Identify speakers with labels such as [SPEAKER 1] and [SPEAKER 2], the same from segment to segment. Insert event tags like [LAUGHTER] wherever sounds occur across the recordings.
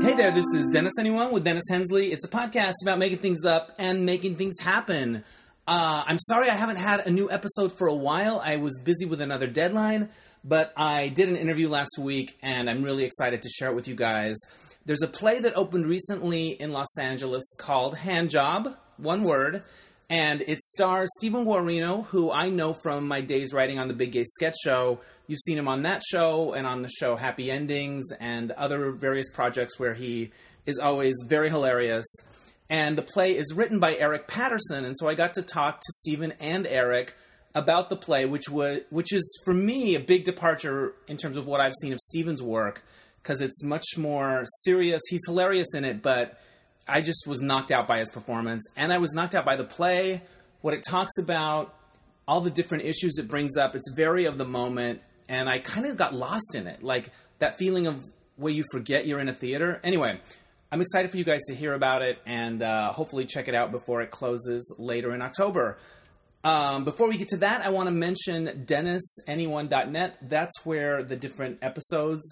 [SPEAKER 1] Hey there, this is Dennis Anyone with Dennis Hensley. It's a podcast about making things up and making things happen. Uh, I'm sorry I haven't had a new episode for a while. I was busy with another deadline, but I did an interview last week and I'm really excited to share it with you guys. There's a play that opened recently in Los Angeles called Hand Job, one word, and it stars Stephen Guarino, who I know from my days writing on the Big Gay Sketch Show. You've seen him on that show and on the show Happy Endings and other various projects where he is always very hilarious. And the play is written by Eric Patterson, and so I got to talk to Stephen and Eric about the play, which was which is for me a big departure in terms of what I've seen of Stephen's work because it's much more serious. He's hilarious in it, but I just was knocked out by his performance, and I was knocked out by the play, what it talks about, all the different issues it brings up. It's very of the moment, and I kind of got lost in it, like that feeling of where you forget you're in a theater. Anyway, I'm excited for you guys to hear about it, and uh, hopefully check it out before it closes later in October. Um, before we get to that, I want to mention DennisAnyone.net. That's where the different episodes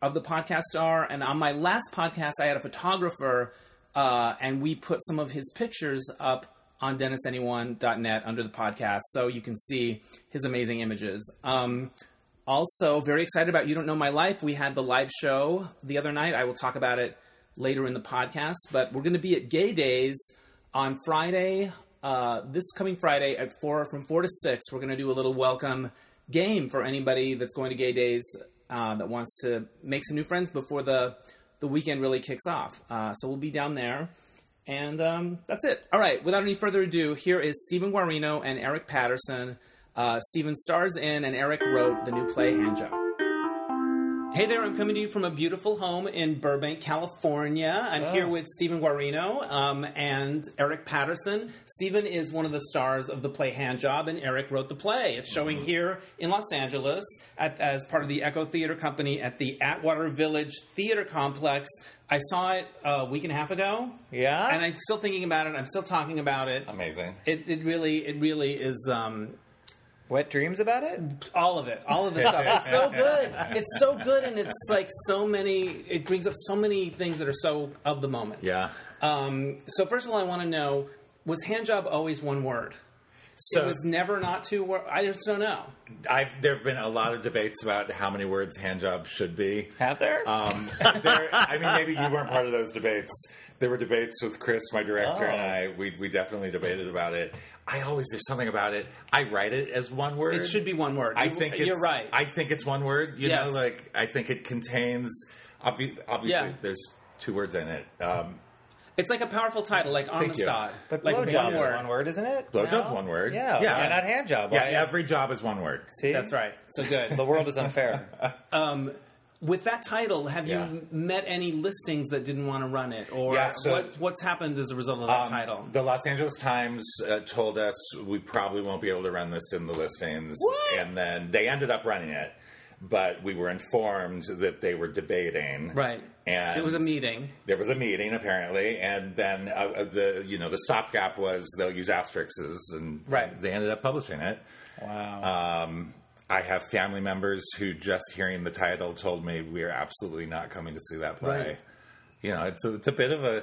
[SPEAKER 1] of the podcast are. And on my last podcast, I had a photographer uh, and we put some of his pictures up on DennisAnyone.net under the podcast, so you can see his amazing images. Um, also, very excited about You Don't Know My Life. We had the live show the other night. I will talk about it later in the podcast, but we're going to be at Gay Days on Friday, uh, this coming Friday at four from four to six. We're going to do a little welcome game for anybody that's going to Gay Days uh, that wants to make some new friends before the the weekend really kicks off. Uh, so we'll be down there. And um, that's it. All right. Without any further ado, here is Stephen Guarino and Eric Patterson. Uh, Stephen stars in, and Eric wrote the new play Handjob. Hey there, I'm coming to you from a beautiful home in Burbank, California. I'm here with Stephen Guarino um, and Eric Patterson. Stephen is one of the stars of the play Handjob, and Eric wrote the play. It's showing here in Los Angeles at, as part of the Echo Theater Company at the Atwater Village Theater Complex. I saw it a week and a half ago,
[SPEAKER 2] Yeah.
[SPEAKER 1] and I'm still thinking about it. I'm still talking about it.
[SPEAKER 2] Amazing.
[SPEAKER 1] It, it really, it really is um,
[SPEAKER 2] Wet dreams about it?
[SPEAKER 1] all of it, all of the stuff. It's so good. It's so good, and it's like so many. It brings up so many things that are so of the moment.
[SPEAKER 3] Yeah.
[SPEAKER 1] Um, so first of all, I want to know: was handjob always one word?
[SPEAKER 3] So
[SPEAKER 1] it was never not two words. I just don't know.
[SPEAKER 3] I've, there have been a lot of debates about how many words hand job should be.
[SPEAKER 2] Have there?
[SPEAKER 1] Uh,
[SPEAKER 3] Um, there, I mean, maybe you weren't part of those debates. There were debates with Chris, my director, and I. We, we definitely debated about it. I always there's something about it. I write it as one word.
[SPEAKER 1] It should be one word.
[SPEAKER 3] I
[SPEAKER 1] You-
[SPEAKER 3] think
[SPEAKER 1] you're
[SPEAKER 3] it's,
[SPEAKER 1] right.
[SPEAKER 3] I think it's one word. You
[SPEAKER 1] Yes.
[SPEAKER 3] know, like I think it contains obvi- obviously
[SPEAKER 1] Yeah.
[SPEAKER 3] there's two words in it. Um,
[SPEAKER 1] it's like a powerful title, like
[SPEAKER 3] Thank you.
[SPEAKER 1] Amistad.
[SPEAKER 2] but
[SPEAKER 1] like
[SPEAKER 2] blowjob is one word, isn't it?
[SPEAKER 3] blowjob's
[SPEAKER 2] No?
[SPEAKER 3] one word.
[SPEAKER 2] Yeah.
[SPEAKER 3] yeah.
[SPEAKER 2] Why not hand job?
[SPEAKER 3] yeah,
[SPEAKER 2] Why is-
[SPEAKER 3] every job is one word.
[SPEAKER 2] See?
[SPEAKER 1] That's right. So
[SPEAKER 3] [LAUGHS]
[SPEAKER 1] good.
[SPEAKER 2] The world
[SPEAKER 1] [LAUGHS]
[SPEAKER 2] is unfair.
[SPEAKER 1] um, with that title, have
[SPEAKER 3] Yeah.
[SPEAKER 1] you met any listings that didn't want to run it, or
[SPEAKER 3] Yeah, so-
[SPEAKER 1] what, what's happened as a result of that
[SPEAKER 3] Um,
[SPEAKER 1] title?
[SPEAKER 3] The Los Angeles Times uh, told us we probably won't be able to run this in the listings,
[SPEAKER 1] What?
[SPEAKER 3] and then they ended up running it. But we were informed that they were debating.
[SPEAKER 1] right.
[SPEAKER 3] And
[SPEAKER 1] It was a meeting.
[SPEAKER 3] There was a meeting apparently, and then uh, uh, the you know the stopgap was they'll use asterisks, and
[SPEAKER 1] Right.
[SPEAKER 3] they ended up publishing it.
[SPEAKER 2] Wow.
[SPEAKER 3] Um, I have family members who just hearing the title told me we are absolutely not coming to see that play.
[SPEAKER 1] Right.
[SPEAKER 3] You know, it's a, it's a bit of a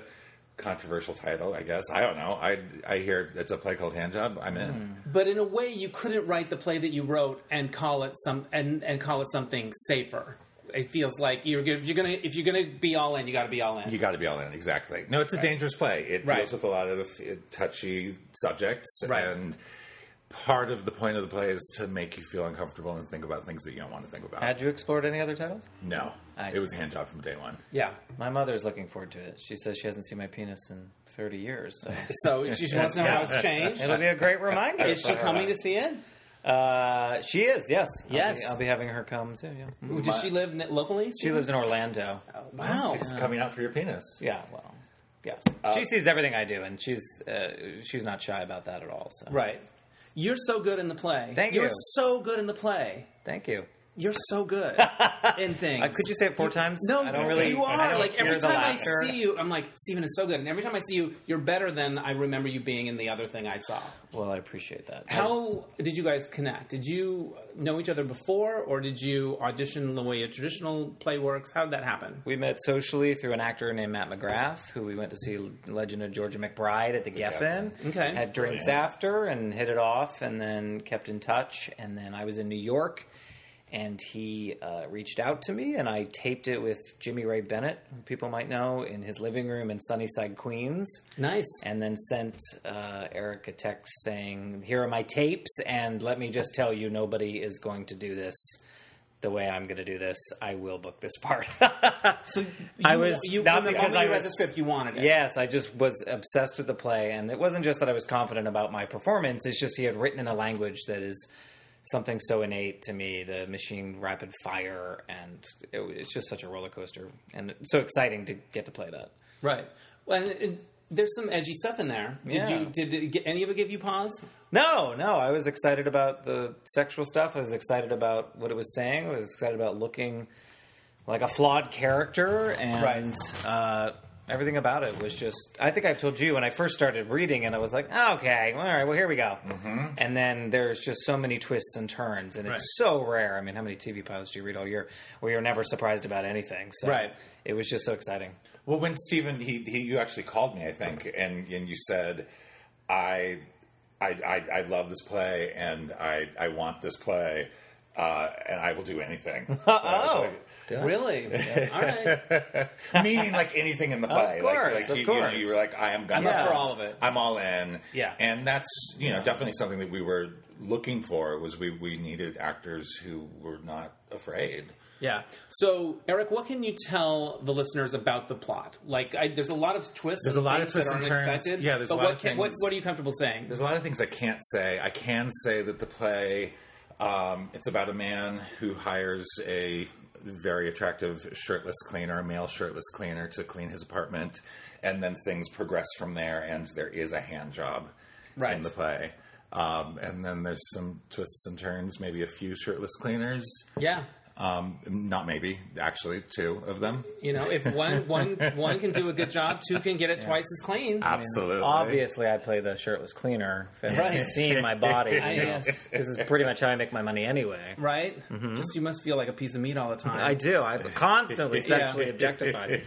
[SPEAKER 3] controversial title, I guess. I don't know. I I hear it's a play called Handjob. I'm in.
[SPEAKER 1] But in a way, you couldn't write the play that you wrote and call it some and, and call it something safer. It feels like you're gonna- if you're gonna if you're gonna be all in, you got to be all in.
[SPEAKER 3] You got to be all in, exactly. No, it's a dangerous play. It
[SPEAKER 1] Right.
[SPEAKER 3] deals with a lot of uh, touchy subjects,
[SPEAKER 1] Right.
[SPEAKER 3] and part of the point of the play is to make you feel uncomfortable and think about things that you don't want to think
[SPEAKER 1] Uh,
[SPEAKER 3] about.
[SPEAKER 2] Had you explored any other titles?
[SPEAKER 3] no,
[SPEAKER 2] I
[SPEAKER 3] it was Handjob from day one.
[SPEAKER 1] yeah.
[SPEAKER 2] My mother's looking forward to it. She says she hasn't seen my penis in 30 years.
[SPEAKER 1] [LAUGHS]
[SPEAKER 2] So
[SPEAKER 1] So she wants to know how it's
[SPEAKER 2] [LAUGHS]
[SPEAKER 1] changed.
[SPEAKER 2] it'll be a great reminder.
[SPEAKER 1] Is she
[SPEAKER 2] for her.
[SPEAKER 1] coming to see it?
[SPEAKER 2] Uh, she is, yes. I'll
[SPEAKER 1] Yes. Mm-hmm.
[SPEAKER 2] be- I'll be, having her come soon, yeah.
[SPEAKER 1] Does she live ne- locally?
[SPEAKER 2] She lives in Orlando.
[SPEAKER 1] Oh. Wow.
[SPEAKER 3] It's coming out for your penis.
[SPEAKER 2] Yeah, well.
[SPEAKER 1] Yes.
[SPEAKER 2] she sees everything I do, and she's uh, she's not shy about that at all. So
[SPEAKER 1] Right. You're so good in the play.
[SPEAKER 2] Thank
[SPEAKER 1] You're
[SPEAKER 2] you.
[SPEAKER 1] so good in the play.
[SPEAKER 2] thank you.
[SPEAKER 1] You're so good
[SPEAKER 2] [LAUGHS]
[SPEAKER 1] in things.
[SPEAKER 2] Uh, could you say it four times?
[SPEAKER 1] No,
[SPEAKER 2] I don't really.
[SPEAKER 1] You
[SPEAKER 2] I don't
[SPEAKER 1] are like
[SPEAKER 2] hear
[SPEAKER 1] every
[SPEAKER 2] the
[SPEAKER 1] time
[SPEAKER 2] laughter.
[SPEAKER 1] I see you, I'm like Steven is so good, and every time I see you, you're better than I remember you being in the other thing I saw.
[SPEAKER 2] Well, I appreciate that.
[SPEAKER 1] How did you guys connect? Did you know each other before, or did you audition the way a traditional play works? How did that happen?
[SPEAKER 2] We met socially through an actor named Matt McGrath, who we went to see Legend of Georgia McBride at the, Geffen.
[SPEAKER 1] Okay.
[SPEAKER 2] Had drinks after and hit it off, and then kept in touch. And then I was in New York, and he uh, reached out to me, and I taped it with Jimmy Ray Bennett, who people might know, in his living room in Sunnyside, Queens
[SPEAKER 1] Nice.
[SPEAKER 2] and then sent uh, Eric a text saying, "Here are my tapes, and let me just tell you, nobody is going to do this the way I'm going to do this. I will book this part." [LAUGHS]
[SPEAKER 1] so you,
[SPEAKER 2] I was-
[SPEAKER 1] you
[SPEAKER 2] not
[SPEAKER 1] from the
[SPEAKER 2] because
[SPEAKER 1] moment
[SPEAKER 2] I
[SPEAKER 1] you read the
[SPEAKER 2] was-
[SPEAKER 1] script, you wanted it.
[SPEAKER 2] yes, I just was obsessed with the play, and it wasn't just that I was confident about my performance. It's just he had written in a language that is something so innate to me the machine rapid fire and it, it's just such a roller coaster and it's so exciting to get to play that
[SPEAKER 1] Right. Well, and it, there's some edgy stuff in there. Did
[SPEAKER 2] Yeah.
[SPEAKER 1] you? Did it, get- any of it give you
[SPEAKER 3] [LAUGHS]
[SPEAKER 1] pause?
[SPEAKER 2] No, no. I was excited about the sexual stuff. I was excited about what it was saying. I was excited about looking like a flawed character and uh, everything about it was just. I think I've told you when I first started reading, and I was like, "Oh, okay, all right, well, here we go. And then there's just so many twists and turns, and
[SPEAKER 1] Mm-hmm. Right.
[SPEAKER 2] it's so rare. I mean, how many TV pilots do you read all year where you're never surprised about anything? So
[SPEAKER 1] Right.
[SPEAKER 2] it was just so exciting.
[SPEAKER 3] Well, when Stephen, he, he you actually called me, I think, and and you said, I, I, I, I love this play, and I, I want this play, uh, and I will do anything.
[SPEAKER 1] [LAUGHS]
[SPEAKER 3] So I
[SPEAKER 1] Oh,
[SPEAKER 3] was like-
[SPEAKER 1] Really? All right.
[SPEAKER 3] meaning like anything in the play.
[SPEAKER 2] course,
[SPEAKER 3] like, like
[SPEAKER 2] of
[SPEAKER 3] you,
[SPEAKER 2] course.
[SPEAKER 3] You, you were like, I am gonna.
[SPEAKER 1] I'm up for all of it.
[SPEAKER 3] I'm all in.
[SPEAKER 1] Yeah.
[SPEAKER 3] and that's you know definitely something that we were looking for was we we needed actors who were not afraid.
[SPEAKER 1] Yeah. So, Eric, what can you tell the listeners about the plot? Like, I, there's a lot of twists.
[SPEAKER 3] There's
[SPEAKER 1] and
[SPEAKER 3] a lot of
[SPEAKER 1] things
[SPEAKER 3] twists
[SPEAKER 1] that
[SPEAKER 3] and
[SPEAKER 1] are
[SPEAKER 3] turns.
[SPEAKER 1] unexpected.
[SPEAKER 3] Yeah, there's a
[SPEAKER 1] but
[SPEAKER 3] lot
[SPEAKER 1] what
[SPEAKER 3] of
[SPEAKER 1] can, what,
[SPEAKER 3] things.
[SPEAKER 1] what are you comfortable saying?
[SPEAKER 3] There's a lot of things I can't say. I can say that the play um, it's about a man who hires a very attractive shirtless cleaner, a male shirtless cleaner, to clean his apartment, and then things progress from there. And there is a hand job
[SPEAKER 1] Right.
[SPEAKER 3] in the play, um, and then there's some twists and turns. Maybe a few shirtless cleaners.
[SPEAKER 1] Yeah.
[SPEAKER 3] Um, not maybe, actually, two of them.
[SPEAKER 1] You know, if one one one can do a good job, two can get it twice as clean.
[SPEAKER 3] Absolutely.
[SPEAKER 2] Obviously, I play the shirtless cleaner. If anyone [LAUGHS]
[SPEAKER 1] Right.
[SPEAKER 2] can see my body,
[SPEAKER 1] I
[SPEAKER 2] you know,
[SPEAKER 1] guess.
[SPEAKER 2] this is pretty much how I make my money anyway.
[SPEAKER 1] Right? Just you must feel like a piece of meat all the time.
[SPEAKER 2] I do. [LAUGHS] I'm constantly
[SPEAKER 1] Yeah.
[SPEAKER 2] sexually [LAUGHS] objectified.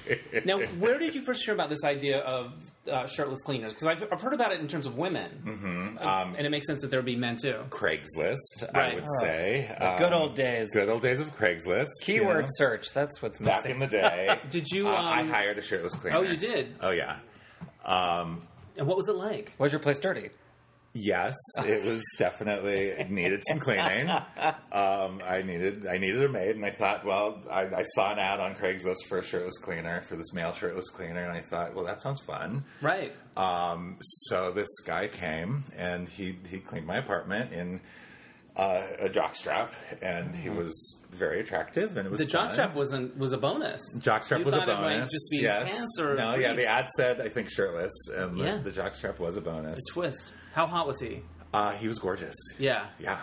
[SPEAKER 1] Now, where did you first hear about this idea of uh, shirtless cleaners? Because I've, I've heard about it in terms of women, mm-hmm.
[SPEAKER 3] Um,
[SPEAKER 1] and it makes sense that there would be men too.
[SPEAKER 3] Craigslist,
[SPEAKER 1] Right.
[SPEAKER 3] I would say. Um,
[SPEAKER 2] Good old days.
[SPEAKER 3] Good old days of Craigslist. you
[SPEAKER 2] Keyword
[SPEAKER 3] know?
[SPEAKER 2] search. That's what's
[SPEAKER 3] back
[SPEAKER 2] missing.
[SPEAKER 3] in the
[SPEAKER 1] [LAUGHS]
[SPEAKER 3] day.
[SPEAKER 1] Did you,
[SPEAKER 3] Uh, I
[SPEAKER 1] um,
[SPEAKER 3] hired a shirtless cleaner.
[SPEAKER 1] Oh, you did.
[SPEAKER 3] Oh yeah. Um,
[SPEAKER 1] And what was it like?
[SPEAKER 2] Was your place dirty?
[SPEAKER 3] yes,
[SPEAKER 1] [LAUGHS]
[SPEAKER 3] it was definitely it needed some cleaning. Um, I needed I needed a maid, and I thought, well, I, I saw an ad on Craigslist for a shirtless cleaner for this male shirtless cleaner, and I thought, well, that sounds fun.
[SPEAKER 1] Right.
[SPEAKER 3] Um, so this guy came and he he cleaned my apartment in uh, a jockstrap, and he was very attractive, and it was
[SPEAKER 1] Mm-hmm. The
[SPEAKER 3] fun.
[SPEAKER 1] jockstrap wasn't was a bonus.
[SPEAKER 3] Jockstrap
[SPEAKER 1] You
[SPEAKER 3] was a
[SPEAKER 1] thought it might
[SPEAKER 3] bonus.
[SPEAKER 1] just be
[SPEAKER 3] yes.
[SPEAKER 1] pants or
[SPEAKER 3] no, yeah.
[SPEAKER 1] briefs.
[SPEAKER 3] The ad said, I think shirtless, and the,
[SPEAKER 1] Yeah.
[SPEAKER 3] the jockstrap was a bonus.
[SPEAKER 1] Twist. How hot was he?
[SPEAKER 3] Uh, he was gorgeous.
[SPEAKER 1] Yeah.
[SPEAKER 3] Yeah.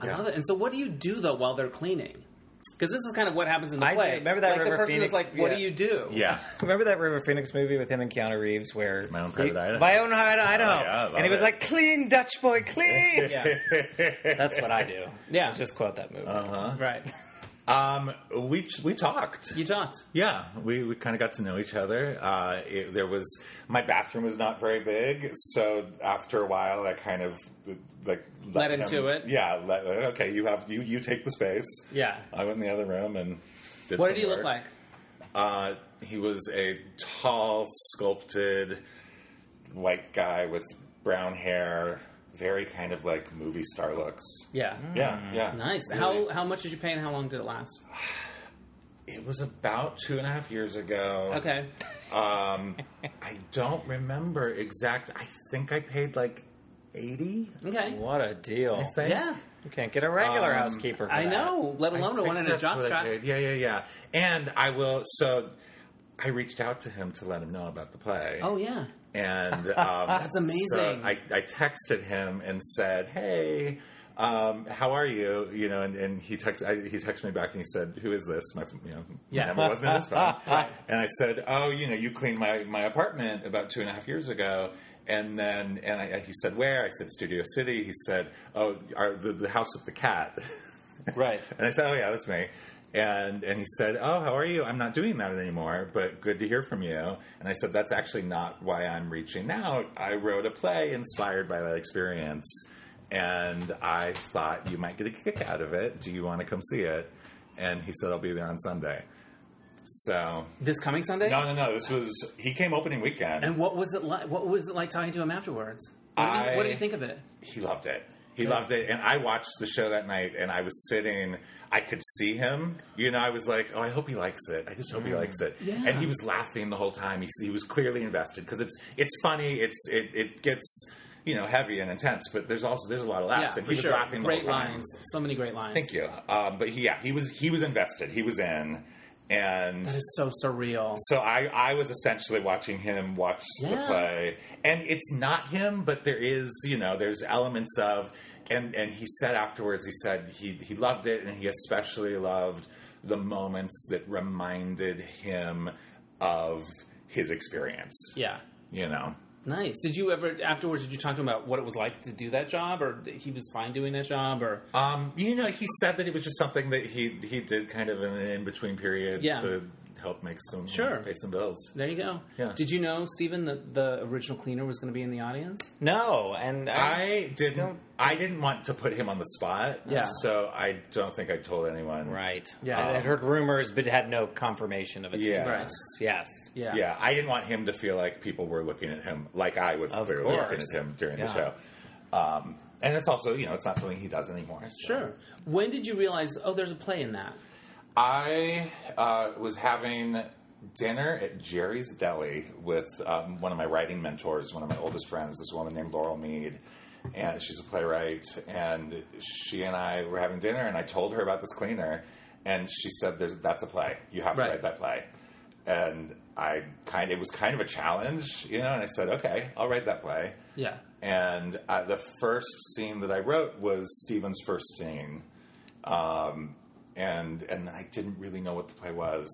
[SPEAKER 1] I
[SPEAKER 3] Yeah.
[SPEAKER 1] love it. And so, what do you do though while they're cleaning? Because this is kind of what happens in the
[SPEAKER 2] I
[SPEAKER 1] play.
[SPEAKER 2] do. Remember that
[SPEAKER 1] like the
[SPEAKER 2] River
[SPEAKER 1] person
[SPEAKER 2] Phoenix-
[SPEAKER 1] is like, "What
[SPEAKER 2] yeah.
[SPEAKER 1] do you do?"
[SPEAKER 3] Yeah.
[SPEAKER 2] Remember that River Phoenix movie with him and Keanu Reeves where
[SPEAKER 3] My Own Private
[SPEAKER 2] he-
[SPEAKER 3] Idaho.
[SPEAKER 2] My own Oh, Hi- Idaho.
[SPEAKER 3] yeah, I love
[SPEAKER 2] and he was
[SPEAKER 3] it.
[SPEAKER 2] like, "Clean Dutch boy, [LAUGHS] clean."
[SPEAKER 3] [LAUGHS]
[SPEAKER 1] Yeah.
[SPEAKER 2] That's what I [LAUGHS] do. Um,
[SPEAKER 1] Yeah.
[SPEAKER 2] Just quote that movie.
[SPEAKER 3] Uh
[SPEAKER 1] Right.
[SPEAKER 3] huh. Um, we we talked.
[SPEAKER 1] You talked.
[SPEAKER 3] Yeah, we, we kind of got to know each other. Uh, it, there was my bathroom was not very big, so after a while, I kind of like
[SPEAKER 1] Let into it.
[SPEAKER 3] Yeah, let, okay, you have you you take the space.
[SPEAKER 1] Yeah.
[SPEAKER 3] I went in the other room and did.
[SPEAKER 1] What
[SPEAKER 3] some
[SPEAKER 1] did he look
[SPEAKER 3] work.
[SPEAKER 1] like?
[SPEAKER 3] Uh, he was a tall, sculpted white guy with brown hair, very kind of like movie star looks.
[SPEAKER 1] Yeah.
[SPEAKER 3] Yeah, yeah.
[SPEAKER 1] Nice.
[SPEAKER 3] Mm. Really.
[SPEAKER 1] How how much did you pay and how long did it last?
[SPEAKER 3] It was about two and a half years ago.
[SPEAKER 1] Okay.
[SPEAKER 3] Um, I don't remember exact. I think I paid like eighty.
[SPEAKER 1] Okay.
[SPEAKER 2] What a
[SPEAKER 3] I
[SPEAKER 2] deal!
[SPEAKER 3] think.
[SPEAKER 1] Yeah.
[SPEAKER 2] You can't get a regular
[SPEAKER 3] Um,
[SPEAKER 2] housekeeper. For
[SPEAKER 1] I
[SPEAKER 2] that.
[SPEAKER 1] know. Let
[SPEAKER 3] I
[SPEAKER 1] alone a
[SPEAKER 3] think
[SPEAKER 1] one in a
[SPEAKER 3] that's what I
[SPEAKER 1] jockstrap.
[SPEAKER 3] paid. Yeah, yeah, yeah. And I will. So I reached out to him to let him know about the play.
[SPEAKER 1] Oh yeah.
[SPEAKER 3] and
[SPEAKER 1] [LAUGHS]
[SPEAKER 3] um,
[SPEAKER 1] That's amazing.
[SPEAKER 3] so I, I texted him and said, "Hey, um, "How are you?" You know, and, and he texts I, he texted me back and he said, "Who is this?" My you know
[SPEAKER 1] Yeah.
[SPEAKER 3] number wasn't in
[SPEAKER 1] [LAUGHS]
[SPEAKER 3] his phone, and I said, "Oh, you know, you cleaned my my apartment about two and a half years ago." And then, and I, he said, "Where?" I said, "Studio City." He said, "Oh, are the, the house with the cat." [LAUGHS]
[SPEAKER 2] Right.
[SPEAKER 3] And I said, "Oh yeah, that's me." And and he said, "Oh, how are you? I'm not doing that anymore, but good to hear from you." And I said, "That's actually not why I'm reaching out. I wrote a play inspired by that experience, and I thought you might get a kick out of it. Do you want to come see it?" And he said, "I'll be there on Sunday." So
[SPEAKER 1] This coming Sunday.
[SPEAKER 3] no, no, no. This was he came opening weekend.
[SPEAKER 1] And what was it like? What was it like talking to him afterwards? What did, you, what did you
[SPEAKER 3] I-
[SPEAKER 1] think of it?
[SPEAKER 3] he loved it. He loved it, and I watched the show that night, and I was sitting. I could see him. You know, I was like, "Oh, I hope he likes it. I just hope he likes it."
[SPEAKER 1] Yeah.
[SPEAKER 3] And he was laughing the whole time. He, he was clearly invested because it's it's funny. It's it, it gets you know heavy and intense, but there's also there's a lot of laughs,
[SPEAKER 1] yeah,
[SPEAKER 3] and
[SPEAKER 1] for
[SPEAKER 3] he was
[SPEAKER 1] sure.
[SPEAKER 3] laughing the
[SPEAKER 1] great
[SPEAKER 3] whole time.
[SPEAKER 1] lines. So many great lines.
[SPEAKER 3] Thank you. Um, but he, yeah, he was he was invested. He was in, and
[SPEAKER 1] That is so surreal.
[SPEAKER 3] so I, I was essentially watching him watch the
[SPEAKER 1] Yeah.
[SPEAKER 3] play, and it's not him, but there is you know there's elements of, and and he said afterwards he said he he loved it, and he especially loved the moments that reminded him of his experience.
[SPEAKER 1] Yeah.
[SPEAKER 3] You know,
[SPEAKER 1] Nice. Did you ever afterwards? Did you talk to him about what it was like to do that job, or that he was fine doing that job, or
[SPEAKER 3] um, you know, he said that it was just something that he he did kind of in an in between period
[SPEAKER 1] Yeah.
[SPEAKER 3] to help make some
[SPEAKER 1] Sure.
[SPEAKER 3] pay some bills.
[SPEAKER 1] there you go?
[SPEAKER 3] Yeah.
[SPEAKER 1] Did you know Stephen that the original cleaner was going to be in the audience?
[SPEAKER 2] No, and I,
[SPEAKER 3] I didn't.
[SPEAKER 2] Don't-
[SPEAKER 3] I didn't want to put him on the spot.
[SPEAKER 1] Yeah.
[SPEAKER 3] So I don't think I told anyone.
[SPEAKER 2] right.
[SPEAKER 1] Yeah.
[SPEAKER 2] I had heard rumors, but had no confirmation of it.
[SPEAKER 3] Yeah.
[SPEAKER 1] Um, Right.
[SPEAKER 2] Yes.
[SPEAKER 1] Yeah.
[SPEAKER 3] Yeah. I didn't want him to feel like people were looking at him like I was
[SPEAKER 2] Of
[SPEAKER 3] clearly looking
[SPEAKER 2] course.
[SPEAKER 3] at him during the
[SPEAKER 2] Yeah.
[SPEAKER 3] show. Um, and it's also, you know, it's not something he does anymore. so.
[SPEAKER 1] Sure. When did you realize? Oh, there's a play in that.
[SPEAKER 3] I uh, was having dinner at Jerry's Deli with um, one of my writing mentors, one of my oldest friends, this woman named Laurel Mead. And she's a playwright. And she and I were having dinner, and I told her about this cleaner. And she said, There's, That's a play. You have to
[SPEAKER 1] Right.
[SPEAKER 3] write that play. And I kind it was kind of a challenge, you know, and I said, Okay, I'll write that play
[SPEAKER 1] Yeah.
[SPEAKER 3] and uh, the first scene that I wrote was Steven's first scene, um, and and I didn't really know what the play was,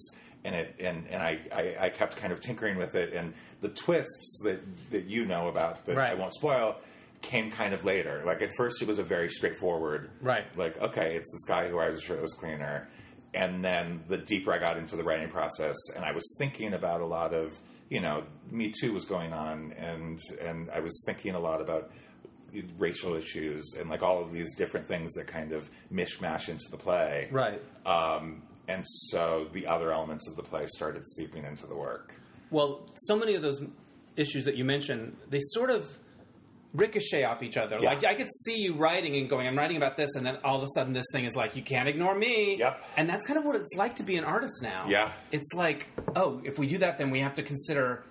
[SPEAKER 3] and it and and I, I, I kept kind of tinkering with it, and the twists that that you know about that I
[SPEAKER 1] Right.
[SPEAKER 3] won't spoil came kind of later. Like at first, it was a very straightforward,
[SPEAKER 1] Right.
[SPEAKER 3] Like okay, it's this guy who hires a shirtless cleaner, and then the deeper I got into the writing process, and I was thinking about a lot of you know Me Too was going on, and and I was thinking a lot about racial issues and like all of these different things that kind of mishmash into the play,
[SPEAKER 1] Right.
[SPEAKER 3] Um, and so the other elements of the play started seeping into the work.
[SPEAKER 1] Well, so many of those issues that you mentioned, they sort of ricochet off each other.
[SPEAKER 3] Yeah.
[SPEAKER 1] Like I could see you writing and going, I'm writing about this, and then all of a sudden this thing is like, you can't ignore me.
[SPEAKER 3] Yep.
[SPEAKER 1] And that's kind of what it's like to be an artist now.
[SPEAKER 3] Yeah.
[SPEAKER 1] It's like, oh, if we do that, then we have to consider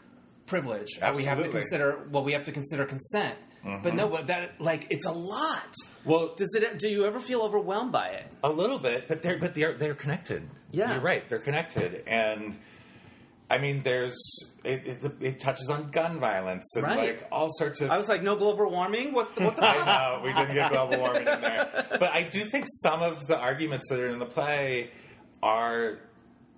[SPEAKER 1] privilege. Or we have to
[SPEAKER 3] Absolutely. Mm-hmm.
[SPEAKER 1] consider well, we have to consider consent. But no, but that like it's a lot.
[SPEAKER 3] Well,
[SPEAKER 1] Does it? Do you ever feel overwhelmed by it?
[SPEAKER 3] A little bit, but they're but they're they're connected.
[SPEAKER 1] Yeah.
[SPEAKER 3] you're right. They're connected, and I mean, there's it, it, it touches on gun violence and
[SPEAKER 1] Right.
[SPEAKER 3] like all sorts of.
[SPEAKER 1] I was like, no global warming. What? the- What the?
[SPEAKER 3] [LAUGHS] I know we didn't get global warming in there, but I do think some of the arguments that are in the play are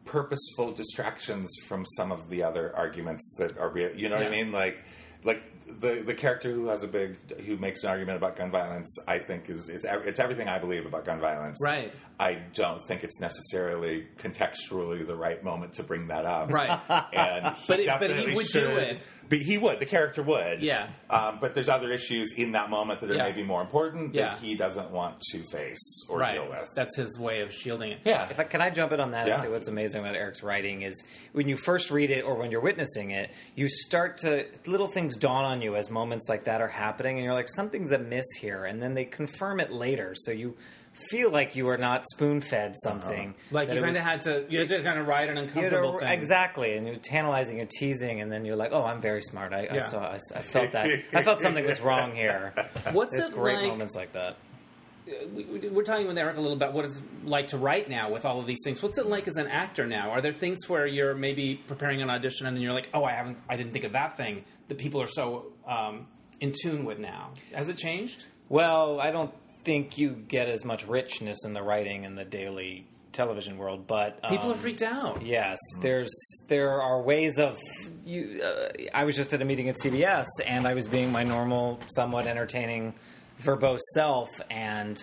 [SPEAKER 3] purposeful distractions from some of the other arguments that are real. You know what I
[SPEAKER 1] Yeah.
[SPEAKER 3] mean? Like, like the the character who has a big who makes an argument about gun violence. I think is it's ev- it's everything I believe about gun violence.
[SPEAKER 1] Right.
[SPEAKER 3] I don't think it's necessarily contextually the right moment to bring that up.
[SPEAKER 1] right.
[SPEAKER 3] [LAUGHS] And he
[SPEAKER 1] But it- but he
[SPEAKER 3] definitely
[SPEAKER 1] would do
[SPEAKER 3] should,
[SPEAKER 1] it.
[SPEAKER 3] But he would. The character would.
[SPEAKER 1] Yeah.
[SPEAKER 3] Um, but there's other issues in that moment that are
[SPEAKER 1] Yeah.
[SPEAKER 3] maybe more important
[SPEAKER 1] Yeah.
[SPEAKER 3] that he doesn't want to face or
[SPEAKER 1] Right.
[SPEAKER 3] deal with.
[SPEAKER 1] That's his way of shielding it.
[SPEAKER 3] yeah.
[SPEAKER 2] If I, can I jump in on that
[SPEAKER 3] Yeah.
[SPEAKER 2] and say what's amazing about Eric's writing is when you first read it or when you're witnessing it, you start to little things dawn on you as moments like that are happening, and you're like something's amiss here, and then they confirm it later, so you feel like you are not spoon
[SPEAKER 3] Uh-huh.
[SPEAKER 2] fed something.
[SPEAKER 1] Like
[SPEAKER 2] that
[SPEAKER 1] you
[SPEAKER 2] it
[SPEAKER 1] kind of
[SPEAKER 2] was-
[SPEAKER 1] had to, you had to kind of ride an
[SPEAKER 2] you know,
[SPEAKER 1] uncomfortable thing.
[SPEAKER 2] exactly, and you're tantalizing, and teasing, and then you're like, "Oh, I'm very smart. I, I
[SPEAKER 1] Yeah.
[SPEAKER 2] saw, I, s- I felt that. I felt something was wrong
[SPEAKER 3] [LAUGHS]
[SPEAKER 2] here."
[SPEAKER 1] What's
[SPEAKER 2] There's
[SPEAKER 1] it
[SPEAKER 2] great
[SPEAKER 1] like? uh,
[SPEAKER 2] moments like that.
[SPEAKER 1] We, we- we're talking with Eric a little about what it's like to write now with all of these things. What's it like as an actor now? Are there things where you're maybe preparing an audition and then you're like, oh, I haven't, I didn't think of that thing that people are so um, in tune with now? Has it changed?
[SPEAKER 2] Well, I don't think you get as much richness in the writing in the daily television world, but um,
[SPEAKER 1] People are freaked out.
[SPEAKER 2] Yes,
[SPEAKER 1] Mm-hmm.
[SPEAKER 2] there's there are ways of. You, uh, I was just at a meeting at CBS, and I was being my normal, somewhat entertaining, verbose self, and